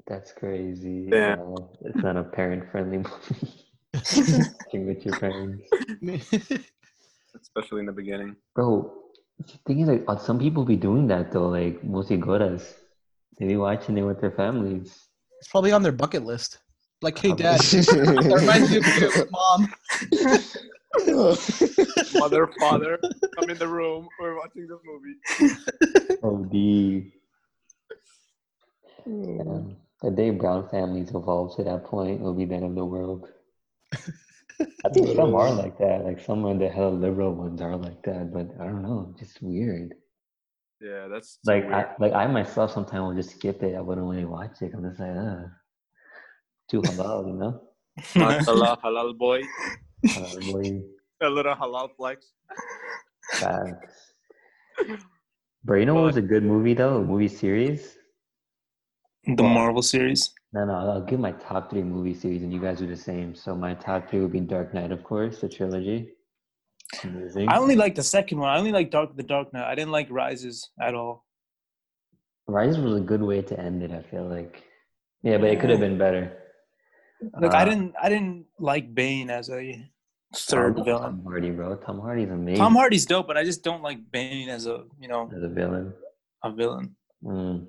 That's crazy.
Damn.
No, it's not a parent-friendly *laughs* movie. Watching with your parents,
especially in the beginning.
bro. The thing is, like, uh, some people be doing that though. Like Musigoras, they be watching it with their families.
it's probably on their bucket list. Like, hey,
Probably.
*laughs*
dad, *laughs* that reminds me of you, *laughs* mom.
Mother, father, come in the room. We're watching this movie.
Oh, the
*laughs*
*laughs*
Um, the day Brown families evolve to that point, it'll be the end of the world. I think some
*laughs*
are like that. Like some of the hell liberal ones are like that, but I don't know, just weird.
Yeah, that's so
Like
weird.
I, like I myself sometimes will just skip it. I wouldn't really watch it. I'm just like, uh too halal, you know?
*laughs* Mashallah, halal boy. *laughs*
Probably
A little halal flex.
facts. But you know what was a good movie though? A movie series?
*laughs* the Marvel series.
No, no, I'll give my top three movie series and you guys do the same. So my top three would be Dark Knight, of course, the trilogy. Amazing.
I only like the second one. I only like Dark the Dark Knight. I didn't like Rises at all.
Rise was a good way to end it. I feel like, yeah, but it could have been better.
Like I
Uh,
didn't I didn't like Bane as a third
Tom,
villain.
Tom Hardy, bro. Tom Hardy's amazing
Tom Hardy's dope, but I just don't like Bane as a you know
as a villain.
a villain.
Mm.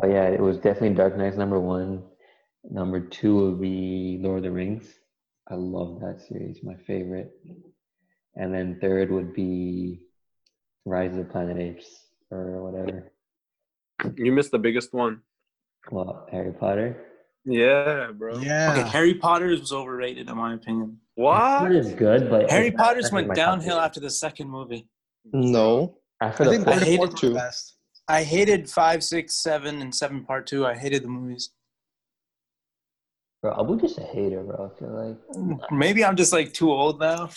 But yeah, it was definitely Dark Knight's number one. Number two would be Lord of the Rings. I love that series, my favorite. And then third would be Rise of the Planet Apes or whatever.
You missed the biggest one.
Well, Harry Potter.
Yeah, bro.
Yeah.
Okay, Harry Potter's was overrated in my opinion.
Harry
What?
Potter is good, but
Harry
it's not-
Potter's
that's
went
my top
downhill
three.
after the second movie.
no.
After
I
the
think
fourth-
third and
hated
fourth were
two.
the best.
I hated five, six, seven, and seven part two. I hated the movies.
Bro, Abu just a hater, bro. I feel like
Maybe I'm just like too old now.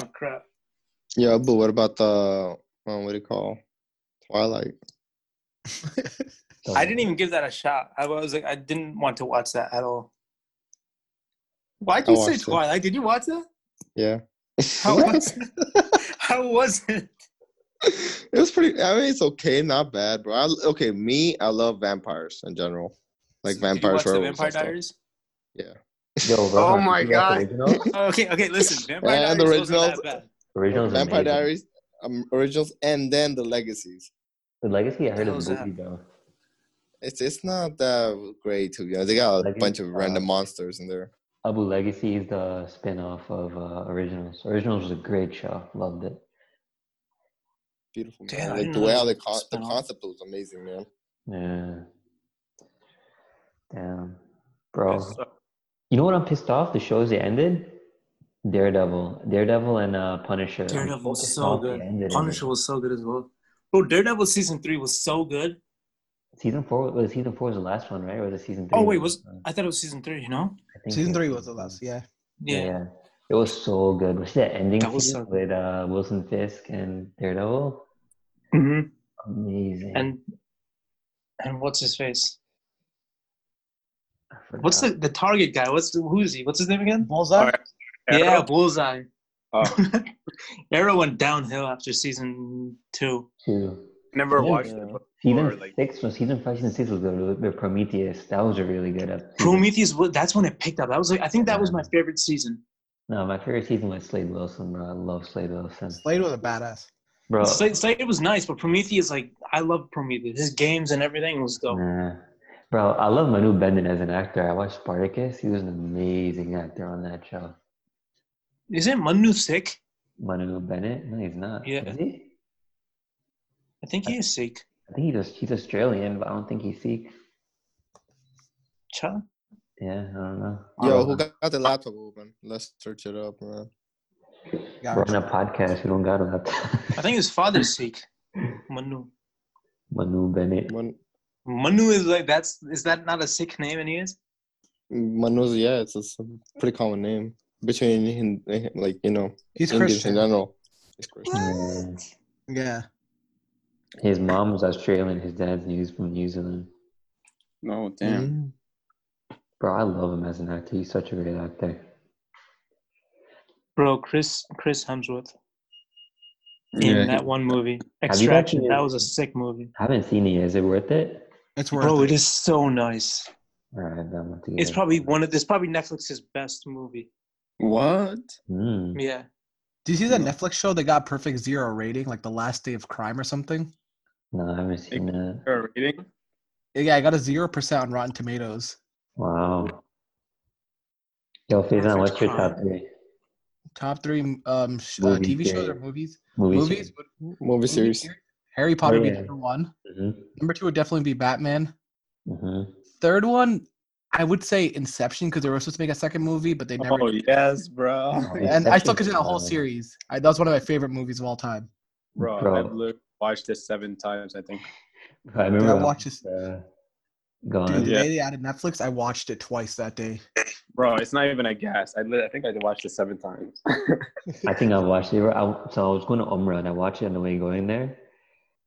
Oh crap!
Yeah, but what about the um, what do you call Twilight?
I didn't even give that a shot. I was like, I didn't want to watch that at all. Why'd
I
you say
watched it.
Twilight? Did you watch that?
Yeah,
How was it? How was it?
*laughs* it was pretty. I mean, it's okay, not bad, bro. I, okay, me, I love vampires in general, like
Did you
vampires.
watch the
werewolves and
Vampire
stuff.
Diaries?
Yo,
Oh
Rohan,
my
did you watch
God.
Originals?
Okay, okay.
*laughs*
Listen, Vampire
Yeah, the
Diaries wasn't
originals.
that bad.
originals
Vampire
amazing.
Diaries, um, originals, and then the legacies.
The Legacy, I heard
The
is
hell's
booty though.
It's it's not that great to be honest. They got a
Like in,
bunch of random
uh,
monsters in there.
Abu Legacy is the spin-off of uh, Originals. Originals was a great show. Loved it.
Beautiful. Man.
Damn, I
like
didn't
the
know
way
there
how
was
they
a
con- the
spin-off.
concept was amazing, man.
Yeah. Damn. Bro.
It's, uh,
You know what I'm pissed off? The shows they ended? Daredevil. Daredevil and uh, Punisher. I'm so
Daredevil's
pissed
so
off they
good.
ended it.
Punisher was so good as well. Bro, Daredevil season three was so good.
Season four was season four was the last one, right? Or was it season three?
Oh wait, was I thought it was season three? You know?
I think
Season
it
three was the last. Yeah.
Yeah. It was so good. Was that ending
That was
scene
so good.
with uh, Wilson Fisk and Daredevil?
hmm
Mm-hmm.
Amazing.
And and what's his face?
I
What's the
forgot.
the target guy? What's who's he? What's his name again?
Bullseye.
Alright.
Yeah,
Arrow?
Bullseye.
Oh,
*laughs* Arrow went downhill after season two.
two?
never
Season-
watched it.
Yeah.
But
Season
or, like-
six was season five, season six was the, the Prometheus. That was a really good episode.
Prometheus. wa- That's when it picked up. That was like I think that was my favorite season.
No, my favorite season was Slade Wilson, bro. I love Slade Wilson.
Slade was a badass.
Oh.
Bro.
Slade, Slade was nice, but Prometheus, like I love Prometheus. His games and everything was dope.
Mm.
Nah. Bro, I love Manu Bendon as an actor. I watched Spartacus. He was an amazing actor on that show.
Isn't Manu sick?
Manu Bennett? No, he's not.
Yeah.
Is he?
I think he is sick.
I think he just, he's Australian, but I don't think he's Sikh.
Cha?
Yeah, I don't know.
Yo, who got the laptop open? Let's search it up, man.
Yeah.
We're on a podcast. We don't got that.
I think his father's sick.
*laughs*
Manu.
*laughs* Manu Bennett.
When
Manu is like that's is that not a sick name anyways?
Manoj, yeah, it's, it's a pretty common name between him, like you know
He's
Indians in
Christian.
general. It's Christian.
Yeah.
Yeah.
His mom was Australian. His dad's news from New Zealand.
no, damn.
Mhm.
Bro, I love him as an actor. He's such a great actor.
Bro, Chris Chris Hemsworth
Mm-hmm.
in
Yeah.
that one movie.
Have you guys
Extraction.
seen-
That was a sick movie.
I haven't seen it. Is it worth it?
It's worth
Bro,
it.
it is so nice.
All right, then I'm gonna have to give
It's
it a
probably
try.
one of it's probably Netflix's best movie.
What?
Mm.
Yeah.
Do you see that Netflix show that got perfect zero rating, like The Last Day of Crime or something?
No, I haven't seen that.
Or a rating?
Yeah, I got a zero percent on Rotten Tomatoes.
Wow. Yo, Faison,
Perfect
what's your top
crime.
three
Top three um, sh- uh,
Movie
TV shows or
series.
movies?
movies?
Movies. would-
Movie
movie
series.
series. Harry Potter would
yeah.
be number one.
Mm-hmm.
Number two would definitely be Batman.
hmm
Third one, I would say Inception because they were supposed to make a second movie, but they never.
Oh yes, bro.
Uh,
Oh,
And I still
Inception's
consider that whole
fine.
series. I, that was one of my favorite movies of all time.
*laughs* Bro,
Bro.
I've literally watched it seven times. I think.
I
Dude,
remember Uh,
I
when-
watched this.
Uh, gone.
Dude, the
Yeah.
day they added Netflix, I watched it twice that day.
Bro, it's not even a gas. I lit- I think I watched it seven times.
I think I watched it. I, so I was going to Umrah and I watched it on the way going there.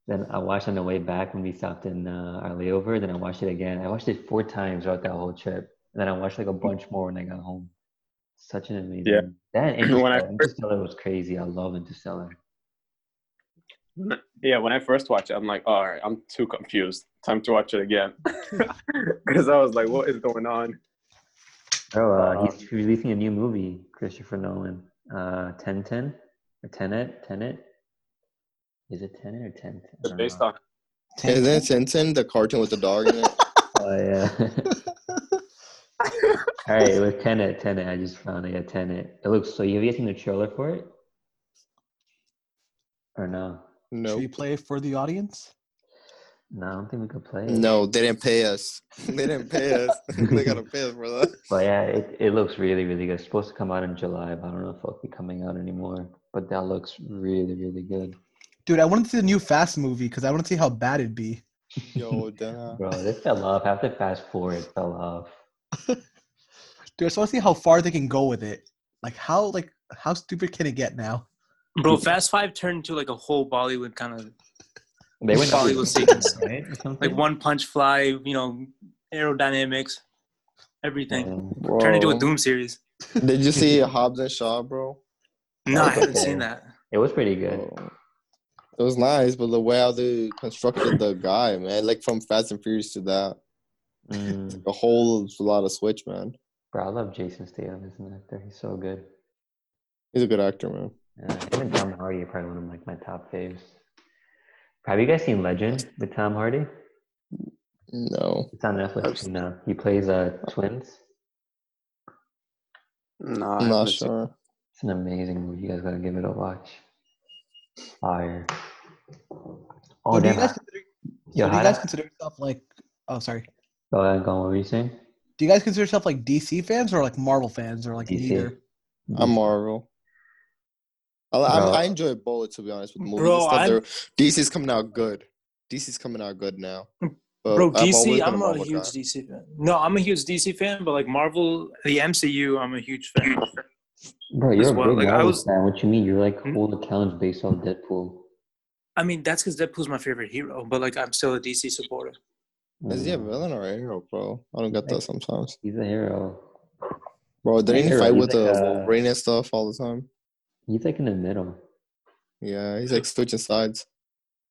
Then I watched on the way back when we stopped in uh, our layover. Then I watched it again. I watched it four times throughout that whole trip. And then I watched like a bunch more when I got home. Such an amazing.
Yeah.
That and
*laughs* When I
Interstellar.
first-
Interstellar was crazy. I love Interstellar.
yeah, when I first watched it, I'm like, all right, I'm too confused. Time to watch it again. *laughs* Because I was like, what is going on?
Bro, uh,
Uh,
he's releasing a new movie, Christopher Nolan. Uh, Ten Ten or Tenet? Tenet? Is it Tenet or Ten?
It's based on
Isn't it Tintin, the cartoon with the dog in it?
*laughs*
Oh
*laughs*
yeah. All right, it was Tenet. Tenet. I just found it. Yeah, Tenet. It looks so. Have you guys seen the trailer for it? Or no?
Should
No,
we play for the audience?
No, I don't think we could play. it.
no, they didn't pay us. *laughs* They didn't pay us. *laughs* they gotta pay us for that. *laughs*
But yeah, it, it looks really, really good. It's supposed to come out in July, but I don't know if it'll be coming out anymore. But that looks really, really good.
Dude, I want to see the new Fast movie because I want to see how bad it'd be.
Yo, damn.
Bro, they fell off. I have to fast forward. It fell off.
Dude, I just want to see how far they can go with it. Like how like how stupid can it get now?
Bro, Fast Five turned into like a whole Bollywood kind of
They went
Probably
up-
was sequence.
right? or something?
like one punch fly, you know, aerodynamics, everything.
Um,
Bro.
Turned into a Doom series.
Did you see Hobbs and Shaw, bro?
No, I
Okay.
haven't seen that.
It was pretty good.
Bro, It was nice, but the way how they constructed the guy, man, like from Fast and Furious to that,
Oh.
Mm,
a whole lot of switch, man.
bro, I love Jason Statham as an actor. He's so good.
He's a good actor, man.
Uh, him and Tom Hardy are probably one of like my top faves. Have you guys seen Legend with Tom Hardy?
No,
It's on Netflix. No, he plays uh, twins.
No, I
I'm not
haven't seen-
sure.
It's an amazing movie. You guys gotta give it a watch. Fire. Oh
So do you
damn!
guys
I-
consider,
Yo,
so do
how
you guys
da-
consider yourself like oh sorry.
Go ahead, go on. What were you saying?
Do you guys consider yourself like DC fans or like Marvel fans or like
DC.
neither?
I'm Marvel. I, li- I'm-
Bro.
I enjoy both, to be honest, with the movies.
Bro,
and stuff.
I'm-
They're- DC's coming out good. DC's coming out good now. But
Bro,
I've always
DC,
been
I'm a
Marvel
huge
guy.
DC fan. No, I'm a huge DC fan, but like Marvel,
The MCU, I'm a huge *clears throat* fan.
Bro, you're
as
a
well.
big
Like, I
Marvel
was-
fan. What you mean? You're like
Hmm?
all accounts based off Deadpool.
I mean, that's because Deadpool's my favorite hero, but like I'm still a DC supporter.
Is he a
Mm.
villain or a hero, bro? I don't get that sometimes.
He's a hero.
Bro,
a
didn't he
hero.
fight
He's
with the
like a-
Wolverine and stuff all the time?
He's like in the middle.
Yeah, he's like switching sides. *laughs*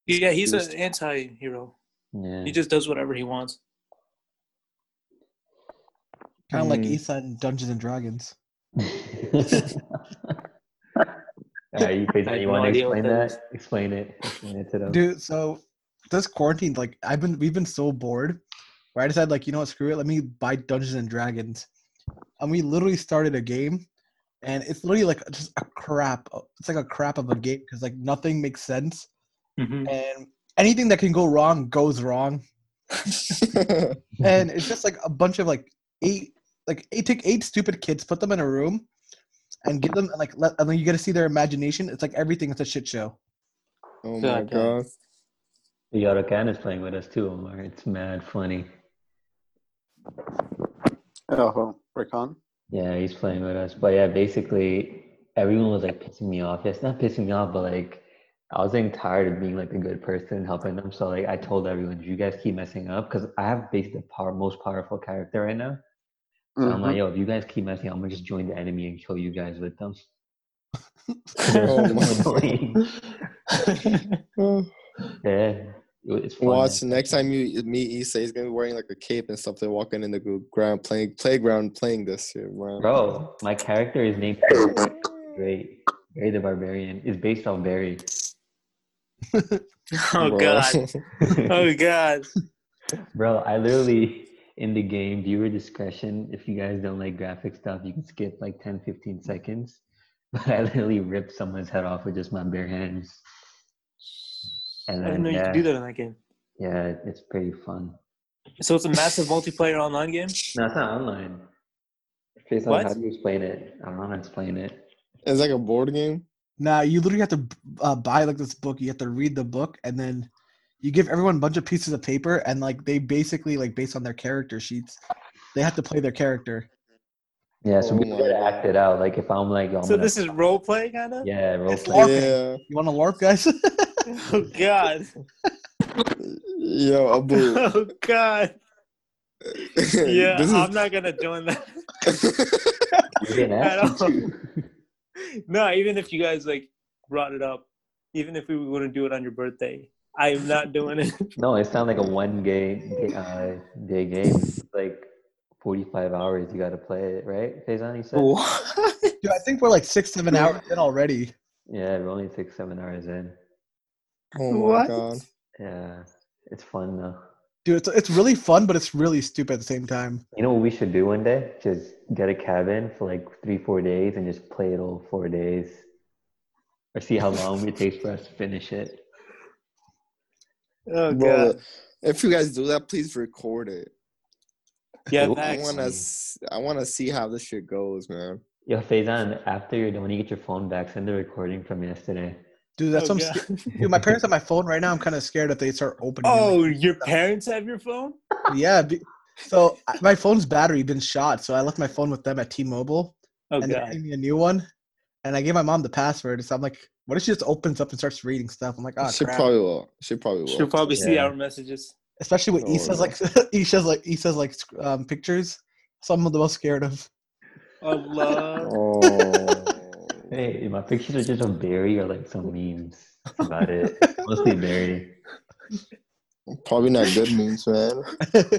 Yeah, he's an
Just-
anti-hero.
Yeah.
He just does whatever he wants.
Kind of like
Mhm.
Ethan in Dungeons and Dragons.
Are you crazy?
I have
You
no
want to
idea what
explain
that
that?
is.
Explain it. Explain it to them.
Dude, so this quarantine, like I've been we've been so bored where I decided like, you know what, screw it, let me buy Dungeons and Dragons. And we literally started a game and it's literally like just a crap it's like a crap of a game because like nothing makes sense and anything that can go wrong goes wrong.
Oh
and it's just like a bunch of like eight like eight take eight stupid kids put them in a room and give them like let and then you get to see their imagination it's like everything it's a shit show
oh my
God damn.
*laughs*
god.
Yorokan is playing with us too, Omar. It's mad funny.
oh, Rakan.
Yeah, he's playing with us. But yeah, basically everyone was like pissing me off. Yes, not pissing me off, but like I was getting tired of being like a good person and helping them. So like I told everyone, you guys keep messing up because I have basically the power, most powerful character right now. So I'm
Mm-hmm.
like, yo, if you guys keep messing up, I'm gonna just join the enemy and kill you guys with
*laughs*
them. *laughs*
Oh Oh.
*laughs* yeah, it's fun.
Watch next time you meet Issa, he's gonna be wearing like a cape and stuff. They're walking in the gr- ground playing playground playing this shit, man.
*laughs*
Bro, my character is named Great. Barry the Barbarian is based on
*laughs*
Barry.
*laughs*
*laughs*
Oh
Bro. *laughs*
god. Oh god.
Bro, I literally in the game, viewer discretion. If you guys don't like graphic stuff, you can skip like 10, 15 seconds. *laughs* But I literally ripped someone's head off with just my bare hands. And then,
I didn't know you
yeah,
could do that in that game.
yeah, it's pretty fun.
So it's a massive multiplayer online game.
No, it's not online. It's based on
What?
how do you explain it. I don't know how to explain it.
it's like a board game.
now you literally have to uh, buy like this book you have to read the book and then you give everyone a bunch of pieces of paper and like they basically like based on their character sheets they have to play their character
Yeah, so
Oh
we
my
gotta
God.
act it out. Like if I'm like, yo, I'm
So
gonna-
this is role play kind of.
yeah, role
It's
play.
LARPing.
Yeah.
you want to larp guys
*laughs*
*laughs*
Oh god.
Yo, Abu.
*laughs*
*laughs*
Oh god. Yeah, I'm not gonna join that
You didn't
at
ask
all.
me
*laughs*
to.
No, even if you guys like brought it up, even if we were gonna do it on your birthday, I am not doing it.
No, it's not like a one gay uh, day game. It's like forty five hours. You got to play it, right? Faison, you said.
What?
Dude, i think we're like six seven hours in already
Yeah, we're only six seven hours in.
*laughs* oh my
What?
god.
Yeah, it's fun though.
dude it's, it's really fun but it's really stupid at the same time
You know what we should do one day? Just get a cabin for like three four days and just play it all four days, or see how long it takes for us to finish it.
Oh
Bro,
god.
if you guys do that, please record it.
Yeah,
I
Max.
wanna, s- I wanna see how this shit goes, man.
Yo, Faison, after you're done, when you get your phone back, send the recording from yesterday.
Dude, that's
Oh,
what I'm
God.
sca- Dude, my parents have my phone right now. I'm kind of scared if they start opening.
Oh, your parents have your phone?
it. yeah. Be- so I- my phone's battery been shot. So I left my phone with them at T-Mobile,
Oh
and they
god.
gave me a new one. And I gave my mom the password. So I'm like, what if she just opens up and starts reading stuff? I'm like,
Ah,
oh
she
crap.
probably will. She probably will.
She'll probably see
Yeah.
our messages.
Especially with
Oh,
Don't
Issa's
worry.
like *laughs* Issa's like Issa's like sc- um, pictures. So I'm the most scared of.
Of love.
*laughs*
oh.
Hey, my pictures are just a berry or like some memes. That's about
*laughs*
it. Mostly berry.
probably not good memes, man. *laughs*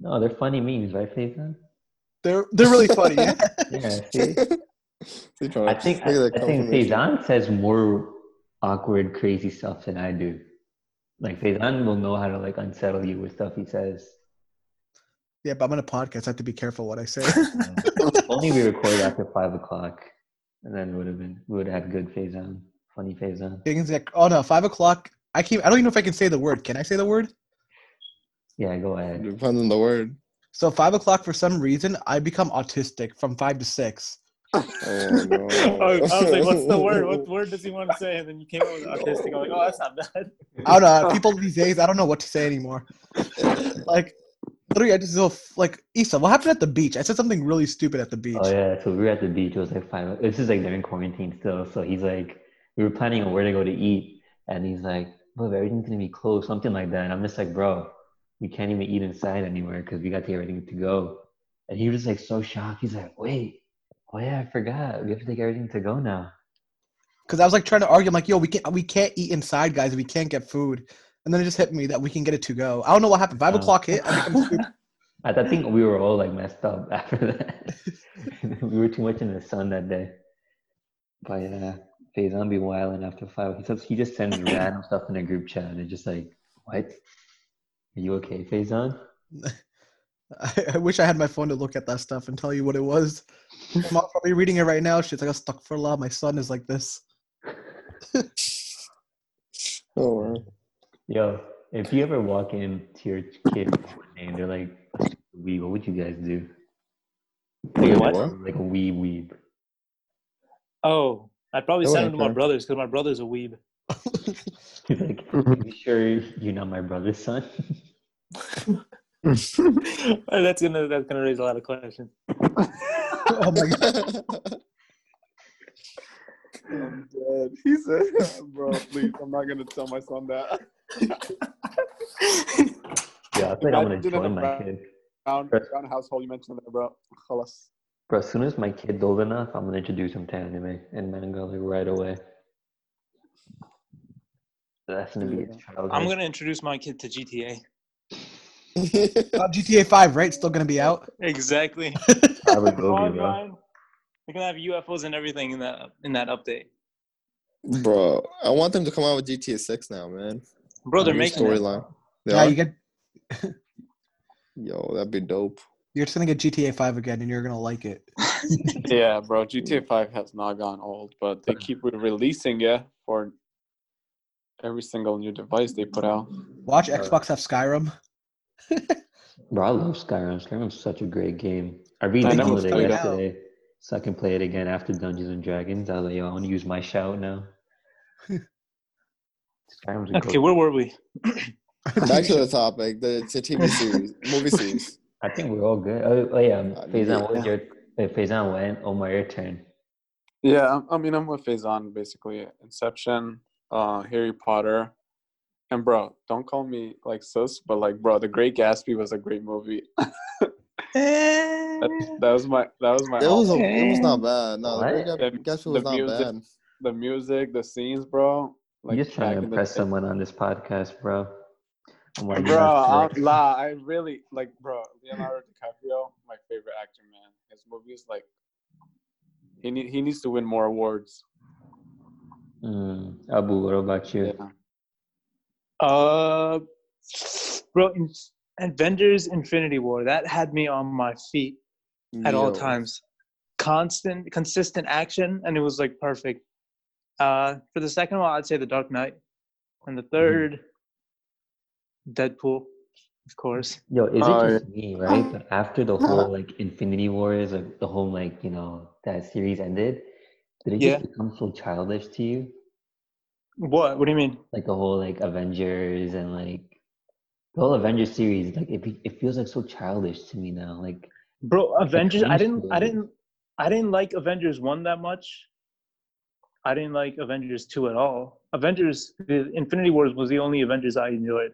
No, they're funny memes, right, Faison?
*laughs* They're they're
*laughs*
really funny. yeah.
*laughs*
Yeah, see?
She probably-
I think I,
look at that
I think
confirmation.
Faison says more awkward, crazy stuff than I do. Like Faison will know how to like unsettle you with stuff he says.
Yeah, but I'm on a podcast. I have to be careful what I say. *laughs*
If Only we recorded after five o'clock, and then would have been we would have had good Faison, funny Faison.
Things like, oh no, five o'clock. I can't. I don't even know if I can say the word. Can I say the word?
Yeah, go ahead.
Depends on the word.
So five o'clock for some reason I become autistic from five to six.
Oh, no.
Oh, *laughs* *laughs* I was like, what's the word? What *laughs* word does he want to say? And then you came up with autistic. I'm like, oh, that's not bad.
I don't know. People these days, I don't know what to say anymore. *laughs* Like literally, I just go f- like Issa. What happened at the beach? I said something really stupid at the beach.
Oh yeah, so we were at the beach. It was like five. This is like during quarantine still. So he's like, we were planning on where to go to eat, and he's like, "Bro, everything's gonna be closed," something like that. And I'm just like, "Bro, we can't even eat inside anywhere because we got to get everything to go." And he was like so shocked. He's like, "Wait, oh yeah, I forgot. We have to take everything to go now."
Because I was like trying to argue. I'm like, yo, we can't we can't eat inside, guys. We can't get food. And then it just hit me that we can get it to go. I don't know what happened. Five
Oh.
o'clock hit. I
*laughs*
become stupid. *laughs*
I, I
*laughs*
think we were all like messed up *laughs* after that. *laughs* we were too much in the sun that day. But yeah, Faison be wilding after five. He just, he just
*clears throat*
sends random stuff in a group chat and it's just like, what? Are you okay, Faison?
I, I wish I had my phone to look at that stuff and tell you what it was. I'm not probably reading it right now. She's like, I stuck for a lot. My son is like this. *laughs*
Oh, wow.
Yo, if you ever walk into your kid one day and they're like, wee, what would you guys do?
Wait, what?
Like a wee *laughs* weeb.
*laughs* Oh, I probably
That
sent
would
him to my
happen.
brothers because my brother's a weeb. *laughs*
He's like, you sure you're not my brother's son? *laughs*
And that's gonna that's gonna raise a lot of questions.
Oh my god.
I'm dead. He said, *laughs* "Bro, please, I'm not gonna tell my son that."
Yeah, I feel like I'm gonna
Imagine if
join my
I-
kid.
Brown,
Right.
brown household. You mentioned that, bro. Khalas.
Bro, as soon as my kid's old enough, I'm gonna introduce him to anime and manga like right away. That's gonna be his childhood.
I'm gonna introduce my kid to GTA.
Uh, GTA 5, right? Still going to be out.
*laughs* *laughs* Exactly.
probably
Come
go
on,
be, bro.
Brian. They're gonna have UFOs and everything in that in that update.
*laughs* Bro, I want them to come out with GTA 6 now, man.
Bro, they're
New
making it.
storyline. They
Yeah,
are?
you get,
Yo, that'd
*laughs*
be dope.
you're just going to get GTA 5 again and you're going to like it.
Yeah, bro. GTA Five has not gone old, but they keep re- releasing yeah for every single new device they put out.
Watch Xbox have Skyrim.
Bro, I love Skyrim. Skyrim's such a great game. I re-downloaded
never
it
played it.
yesterday, so I can play it again after Dungeons and Dragons. I was like, yo, I want to use my shout
*laughs*
now. Skyrim's a
Okay,
goat.
where were *laughs* we?
Back to the topic. The, it's a TV series,
*laughs*
movie series.
I think we're all good. Oh, oh yeah,
Uh,
Faison, what was
yeah.
your wait, Faison went? Oh my, your turn.
Yeah, I'm- I mean, I'm with Faison basically. Inception, uh, Harry Potter, and bro, don't call me like sus, but like, bro, The Great Gatsby was a great movie. *laughs* that, that was my that was my
It was,
all-
it was not bad. No,
What?
the Great Gatsby
The-
was
the
not
music-
bad.
the music, the scenes, bro.
You're just trying
back
to
in the
impress
day.
someone on this podcast, bro. I'm like,
Bro,
"Nah,
I'm, *laughs*
sick."
la, I really like, bro, Leonardo DiCaprio, my favorite actor, man. His movies, like, he need, he needs to win more awards.
Mm, Abu, what about you?
Yeah.
Uh, bro, in, Avengers: Infinity War that had me on my feet at all
Yo.
times. Constant, consistent action, and it was like perfect. Uh, for the second one, I'd say The Dark Knight, and the 3rd Deadpool, of course.
Yo, is
Oh,
it just
Uh,
me, right? But after the whole like Infinity Wars, like the whole like you know that series ended, did it
Yeah.
just become so childish to you?
What? What do you mean?
like the whole like Avengers and like the whole Avengers series. Like it, be- it feels like so childish to me now. Like
Bro, Avengers. I
cringe
didn't. I
worthy.
didn't. I didn't like Avengers one that much. I didn't like Avengers two at all. Avengers, the Infinity Wars was the only Avengers I enjoyed,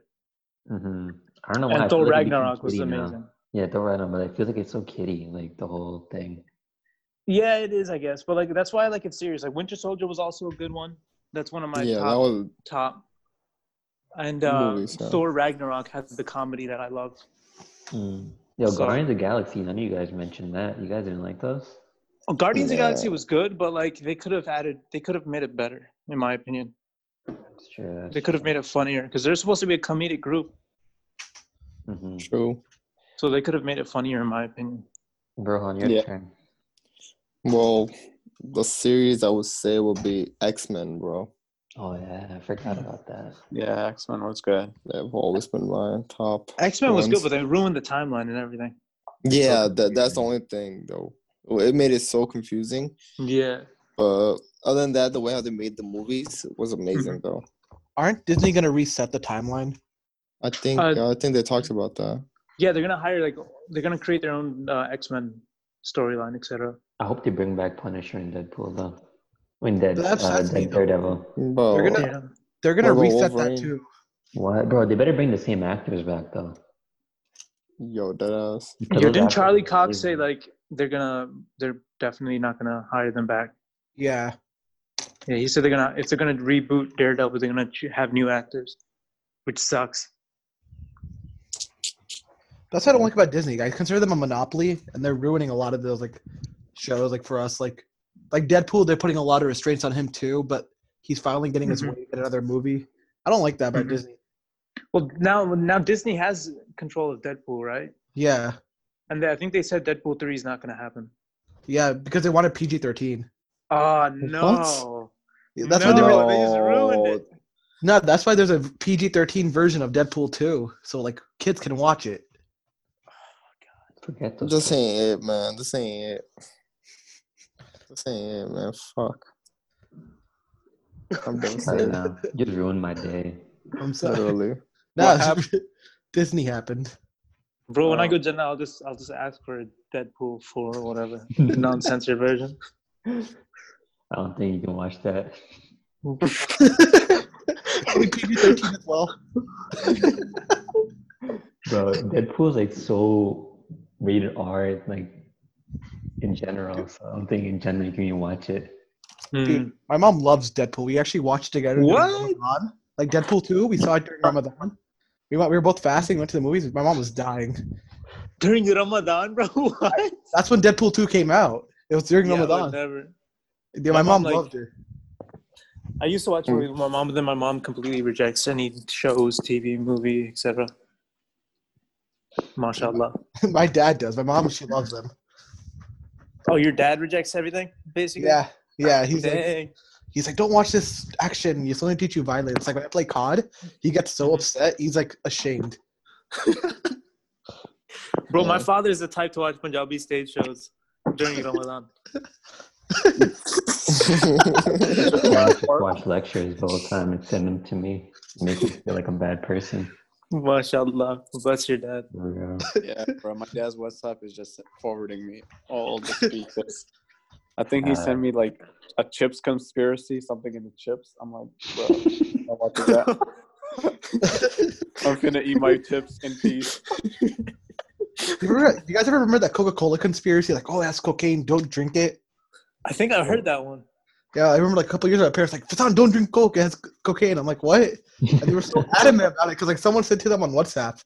hmm I don't know why. I
and
feel
Thor
like it became
Ragnarok was
kiddie now.
amazing.
Yeah, Thor Ragnarok, but I feel like it's so kiddie, like the whole thing.
Yeah, it is, I guess. But like, that's why I like it serious. Like, Winter Soldier was also a good one. That's one of my
yeah,
top
that was
top. And
Good
uh,
movies, yeah.
Thor Ragnarok has the comedy that I love.
Mm. Yo,
So-
Guardians of the Galaxy. None of you guys mentioned that. You guys didn't like those?
Oh, Guardians of the
Yeah.
Galaxy was good, but like they could have added, they could have made it better, in my opinion.
That's true.
They could have made it funnier because they're supposed to be a comedic group,
hmm
true.
so they could have made it funnier, in my opinion.
Rohan, your
Yeah.
turn.
Well, the series I would say would be X Men, bro.
Oh yeah, I forgot about that.
Yeah, X Men was good.
They've always been my top.
X Men was good,
ones.
but they ruined the timeline and everything.
Yeah,
So
that that's the
confusing.
only thing though. It made it so confusing.
Yeah,
But other than that, the way how they made the movies was amazing though.
Aren't Disney gonna reset the timeline?
I think
Uh,
I think they talked about that.
yeah, they're gonna hire like they're gonna create their own uh, X Men storyline, etc.
I hope they bring back Punisher and Deadpool though. I mean, Dead,
That's-
uh,
that's me,
Dead
though.
Daredevil.
Bro,
They're gonna-
Yeah.
They're gonna
What about
reset
Wolverine?
that too.
What, bro? They better bring the same actors back though.
yo, that ass.
Because
Yo,
those
didn't
actors
Charlie
are
Cox say
amazing.
like they're gonna they're definitely not gonna hire them back?
Yeah.
Yeah, he said they're gonna if they're gonna reboot Daredevil, they're gonna ch- have new actors, which sucks.
That's what I don't like about Disney. I consider them a monopoly, and they're ruining a lot of those like shows. Like for us, like like Deadpool, they're putting a lot of restraints on him too. But he's finally getting his
Mhm.
way to get another movie. I don't like that about
Mhm.
Disney.
Well, now now Disney has control of Deadpool, right?
Yeah,
And they, I think they said Deadpool three is not gonna happen.
yeah, because they wanted PG thirteen.
Oh no!
That's
no,
why they were,
they just ruined it.
no. That's why there's a PG thirteen version of Deadpool too, so like kids can watch it.
Forget those.
This ain't it, man. This ain't it. This ain't it, man. Fuck. I'm
people. I don't
*laughs*
devastated.
know. You Just ruined my day.
I'm sorry. *laughs*
Literally.
No,
What happened?
Disney happened. *laughs*
Bro, when I
Oh.
go Jenna, I'll just I'll just ask for a Deadpool four or whatever, the non-censored version.
I don't think you can watch that.
PG thirteen as well.
Bro, Deadpool's like so rated R, like in general. So I don't think in general you can even watch
*laughs*
it.
Dude,
Hmm.
my mom loves Deadpool. We actually watched together. during
What?
Ramadan. Like Deadpool 2, we saw it during Ramadan. We went, we were both fasting, went to the movies. My mom was dying.
During Ramadan, bro. *laughs* What?
That's when Deadpool 2 came out. It was during
Yeah, I would
Ramadan.
never.
Yeah,
My
my,
mom,
mom,
like-
loved it.
I used to watch movies with my mom, but then my mom completely rejects any shows, TV, movie, etc. Mashallah.
*laughs* my dad does. My mom, she loves
*laughs*
them.
Oh, your dad rejects everything, basically.
Yeah, yeah. He's like,
Dang.
he's like, don't watch this action. It's only teach you violence. Like when I play COD, he gets
Mm-hmm.
so upset. He's like ashamed. *laughs*
Bro, my
Yeah.
father is the type to watch Punjabi stage shows during Ramadan.
I just watch lectures the whole time and send them to me. Make me feel like I'm a bad person.
Mashallah. Bless your dad.
There we go.
yeah, bro. My dad's WhatsApp is just forwarding me all the speeches. I think he sent me like a chips conspiracy, something in the chips. I'm like, *laughs* bro, I'm not watching that. I'm gonna eat my chips in peace.
You, remember, you guys ever remember that Coca Cola conspiracy? Like, oh, that's cocaine. Don't drink it.
I think I heard that one.
Yeah, I remember like a couple years ago, my parents like, Fatan, don't drink coke. It has c- cocaine. I'm like, what? And *laughs*
*laughs*
they were so adamant about it because like someone said to them on WhatsApp.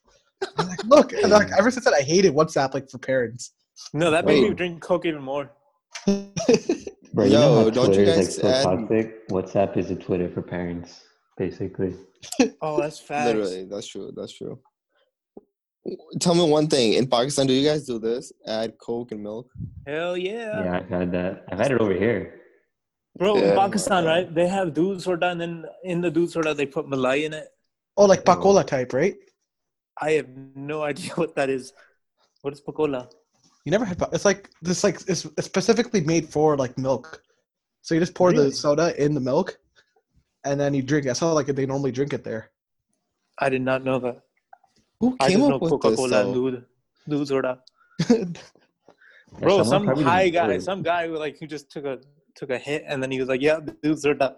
I'm like, look, and like ever since then, I hated WhatsApp like for parents.
No, that made me
Wait.
drink Coke even more.
Bro, you know
Yo,
how
don't you
Twitter is like
guys uh,
so
add-
toxic? WhatsApp is a Twitter for parents, basically.
Oh, that's facts.
Literally, that's true. That's true. Tell me one thing. In Pakistan, do you guys do this? Add Coke and milk?
Hell yeah.
Yeah, I've had that. I've had it over here.
Bro,
Yeah.
in Pakistan,
Oh my God.
right? They have doodh soda, and then in the doodh soda, they put malai in it.
Oh, like Pacola type, right?
I have no *laughs* idea what that is. What is pakola?
You never had. pa- It's like this, like it's it's specifically made for like milk. So you just pour
Really?
the soda in the milk, and then you drink. it. That's how like they normally drink it there.
I did not know that.
Who
I
came
just know
up with
Coca
this?
Cola,
though?
dude, dude soda.
Yeah,
Bro,
someone
some
probably didn't
high
do
guy,
it.
some guy who like who just took a took a hit and then he was like, "Yeah, dude
*laughs*
soda."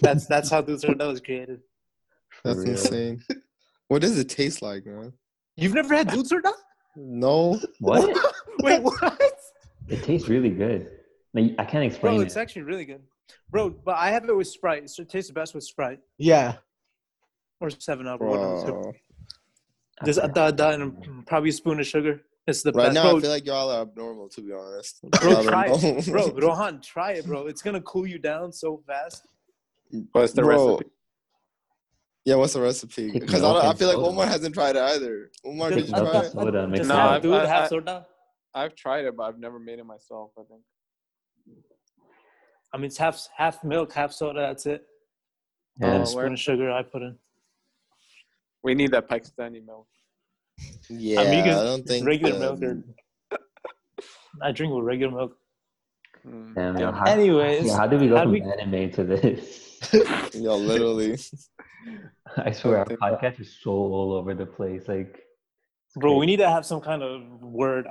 that's that's how dude soda was created.
For
That's
real.
insane. What does it taste like, man?
You've never had dude soda?
No,
*laughs* What?
*laughs*
*laughs*
Wait, what?
It tastes really good. Like, I can't explain
Bro,
it.
it's actually really good, bro. But I have it with Sprite. So it tastes best with Sprite
Yeah,
or Seven Up. or one of the two.
bro. Mm.
I
Just a
forgot.
da da and probably a spoon of sugar. It's the
Right
best,
now,
bro.
I feel like y'all are abnormal, to be honest.
bro,
I don't
try it, *laughs*
know.
bro.
*laughs*
Rohan, try it, bro. It's gonna cool you down so fast.
What's the
*laughs* Bro,
recipe?
Yeah, what's the recipe?
Take
Because I,
milk
don't- I
and
feel like
soda.
Omar hasn't tried it either. Omar,
Just
did
Take
you
milk
try
and
it?
soda. Mix
Just
it
No,
have
up.
I've-
dude,
I-
have
I-
soda.
I've tried it, but I've never made it myself. I think.
I mean, it's half half milk, half soda. That's it.
Yeah.
A spoon of sugar I put in.
We need that Pakistani milk.
Yeah,
I
I,
mean, you can-
don't think
regular
um,
milk. Or, I drink with regular milk.
Mm,
Damn,
yeah.
how,
Anyways,
yeah, how did we go
how
from
do
anime to this?
*laughs* Yo,
*laughs*
literally.
I swear, our
Something-
podcast is so all over the place. Like,
bro, we need to have some kind of word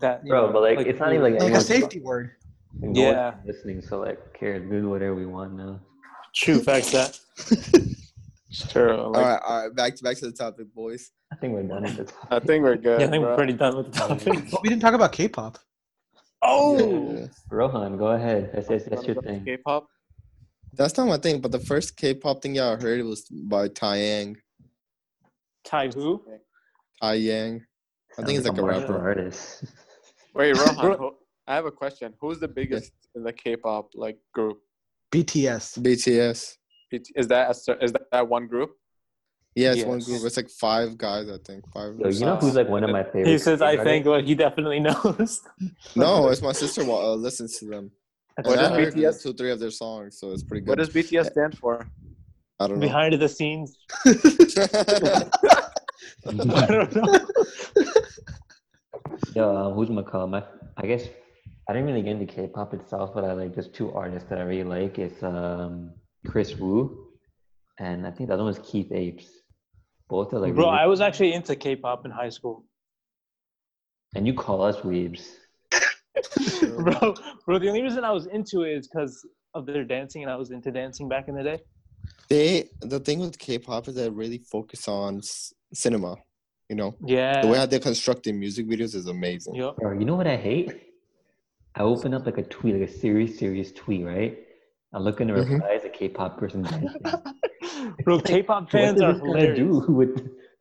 that. you
bro,
know,
but like, it's not even like,
like a
anyone's-
safety word.
like, no one's
Yeah.
listening. So like, who cares? We do whatever we want now.
true facts that.
Sure. Like,
all right, all right. Back to back to the topic, boys.
I think we're done with the topic.
I think we're good.
Yeah, I think we're
bro.
pretty done with the topic.
But we didn't talk about K-pop.
Oh,
Yeah.
Rohan, go ahead. That's, that's, that's your thing.
K-pop.
That's not my thing, but the first K-pop thing y'all heard was by Taeyang.
Tai who?
Taeyang. I think
Sounds
he's like a
martial
rapper.
artist.
Wait, Rohan.
Bro-
who- I have a question. Who's the biggest in the K-pop like group?
BTS.
BTS.
It- Is that a, cer- is that that one group?
Yeah, it's one
Yes.
group. It's like five guys, I think. Five.
*laughs* Yo, you know who's like one of my favorites?
He says, I think, well, he definitely *laughs* knows.
No, it's my sister. wa- Uh, listens to them.
What
And
is
I heard
BTS?
two, three of their songs, so it's pretty
What
good.
does BTS stand for?
I don't
*laughs*
know.
Behind the scenes. *laughs*
*laughs*
I
like.
don't know.
Yo, uh, who's McCall? My, I guess I didn't really get into K-pop itself, but I like just two artists that I really like. It's um Chris Wu, and I think the other one's Keith Apes. Both are like
Bro,
really-
I was actually into K pop in high school.
and you call us weebs.
*laughs* *laughs* bro, bro, the only reason I was into it is because of their dancing, and I was into dancing back in the day.
they the thing with K-pop is they really focus on s- cinema. You know,
Yeah.
the way how they're constructing music videos is
*laughs*
amazing.
Yup.
Or you know what I hate? I open up like a tweet, like a serious, serious tweet, right? I look in the
Mhm.
replies, a K-pop
*laughs*
person dancing. what
Bro, K pop fans
does
are
this guy
hilarious.
do *laughs* with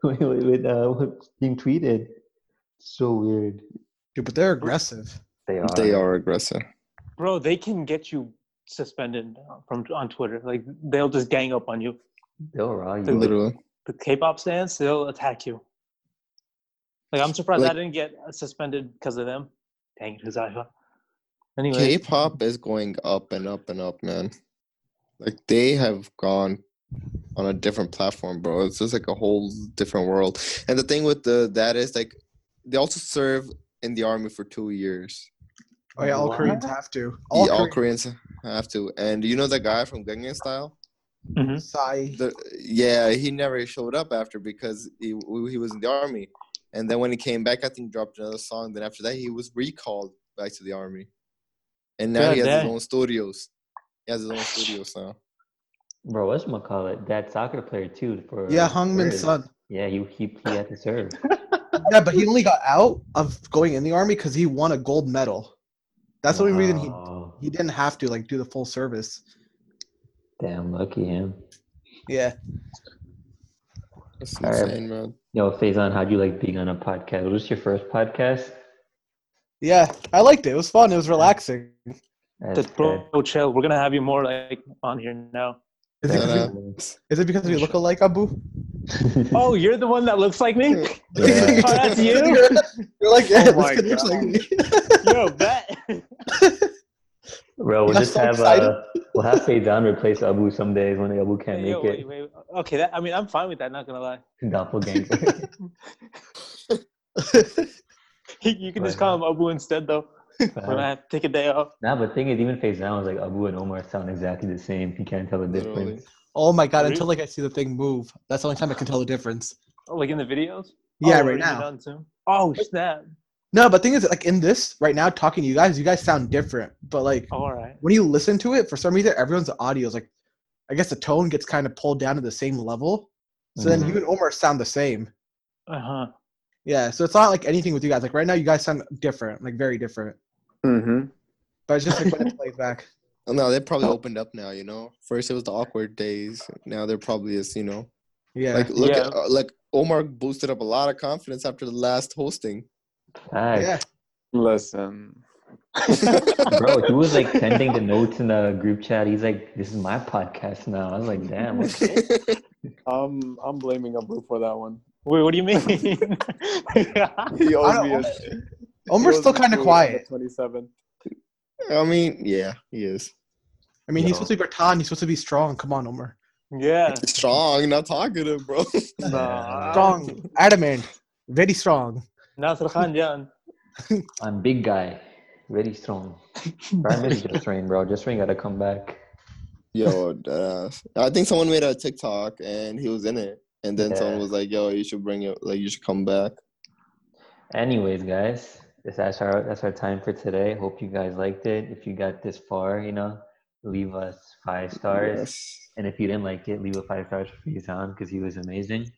with, with uh, what's being tweeted? So weird.
Dude, but they're aggressive.
They are.
They are aggressive.
Bro, they can get you suspended from on Twitter. Like, they'll just gang up on you.
They'll raw you.
Literally.
The K pop fans, they'll attack you. Like, I'm surprised I
Like-
didn't get suspended because of them. Dang it, Huzaifa. *laughs* Anyway,
K-pop is going up and up and up, man. Like they have gone on a different platform, bro. It's just like a whole different world. And the thing with the that is like they also serve in the army for two years.
Oh yeah, all
What?
Koreans have to.
All,
All
the, all
Koreans.
Koreans have to. And you know that guy from Gangnam Style?
Psy.
The, yeah, he never showed up after because he he was in the army, and then when he came back, I think he dropped another song. Then after that, he was recalled back to the army, and now he has
God
his
dang.
own studios. He has his own studios now.
Bro, what's McCall? That soccer player too for
Yeah, Hungman
serve.
Sun.
Yeah, he, he he had to serve.
Yeah, but he only got out of going in the army because he won a gold medal. *laughs* That's the only reason he
Wow.
he didn't have to like do the full service.
Damn, lucky him.
Yeah.
That's
All right.
insane, man.
Yo, Faison, how'd you like being on a podcast? Was this your first podcast?
Yeah. I liked it. It was fun. It was relaxing.
That's
the bro, chill. We're going to have you more like on here now.
*laughs*
Is it,
Yeah,
because
nah.
we,
uh,
is it because we look alike, Abu?
good.
Oh, you're the one that looks like me?
*laughs* Yeah.
Oh, that's you?
You're, *laughs* you're like, yeah,
Oh
this
my
kid looks like
God. *laughs*
me.
Yo, bet.
Bro, we'll
I'm
just
so
have
excited.
uh, we'll have Faison replace Abu some days when Abu *laughs* can't
Yo,
make
wait,
it.
wait. Okay, that, I mean, I'm fine with that, not going to lie. *laughs*
*laughs*
*laughs*
Doppelganger.
You can just call him Abu instead, though. When I
Nah,
have to take a day off.
but thing is, even Face Down was like Abu and Omar sound exactly the same. You can't tell the
Literally.
difference.
Oh my god!
Really?
Until like I see the thing move, that's the only time I can tell the difference.
Oh, Like in the videos?
Yeah,
Oh,
right
is it
now.
on Zoom? Oh, snap.
No, but thing is, like in this right now, talking to you guys, you guys sound different. But like
All right.
when you listen to it, for some reason, everyone's audio is like, I guess the tone gets kind of pulled down to the same level. So
Mm-hmm.
then you and Omar sound the same.
Uh huh.
Yeah. So it's not like anything with you guys. Like right now, you guys sound different, like very different.
Mm-hmm.
But it's just like
*laughs*
when it plays back.
Oh, No, they probably opened up now. You know, first it was the awkward days. Now they're probably just you know,
Yeah.
like look
Yeah.
at uh, like Omar boosted up a lot of confidence after the last hosting.
Facts.
yeah.
Listen.
Bro, he was like sending the notes in the group chat. He's like, "This is my podcast now." I was like, "Damn, okay."
Um, I'm blaming Abu for that one.
Wait, what do you mean?
*laughs* He owes me
know.
a
Omar's still kind of quiet.
Twenty seven.
I mean, yeah, he is
I mean, he's
No.
supposed to be Bertan. He's supposed to be strong. Come on, Omar.
*laughs* yeah.
strong, not talkative, bro. *laughs*
Yeah.
Uh,
Strong. Adamant. Very strong.
Nasr Khan Jan.
I'm big guy, very strong. Bro, I
*laughs*
miss Just Rain, bro. Just Rain gotta come back.
Yo, uh, I think someone made a TikTok and he was in it, and then someone
Yeah.
was like, "Yo, you should bring it. Like, you should come back."
Anyways, guys, this that's our that's our time for today. Hope you guys liked it. If you got this far, you know, leave us five stars.
Yes.
And if you didn't like it, leave a five stars for Faison because he was amazing.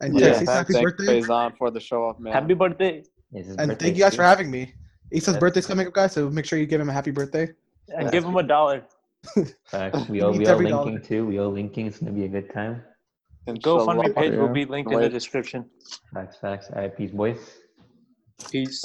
And
Yeah,
Texas,
thank-
happy
thank
birthday.
Faison for the show up, man.
Happy birthday.
It's his
And
birthday
thank you guys
too.
for having me. Isa's
Yeah.
birthday's coming up, guys, so make sure you give him a happy birthday.
And give him a dollar.
Facts.
*laughs*
We
He
all
needs
we all
every
linking
dollar.
too. We all linking. It's gonna be a good time.
Inshallah.
GoFundMe page will
yeah.
be linked in the
Wait.
description.
Facts, facts. All right, peace, boys.
Peace.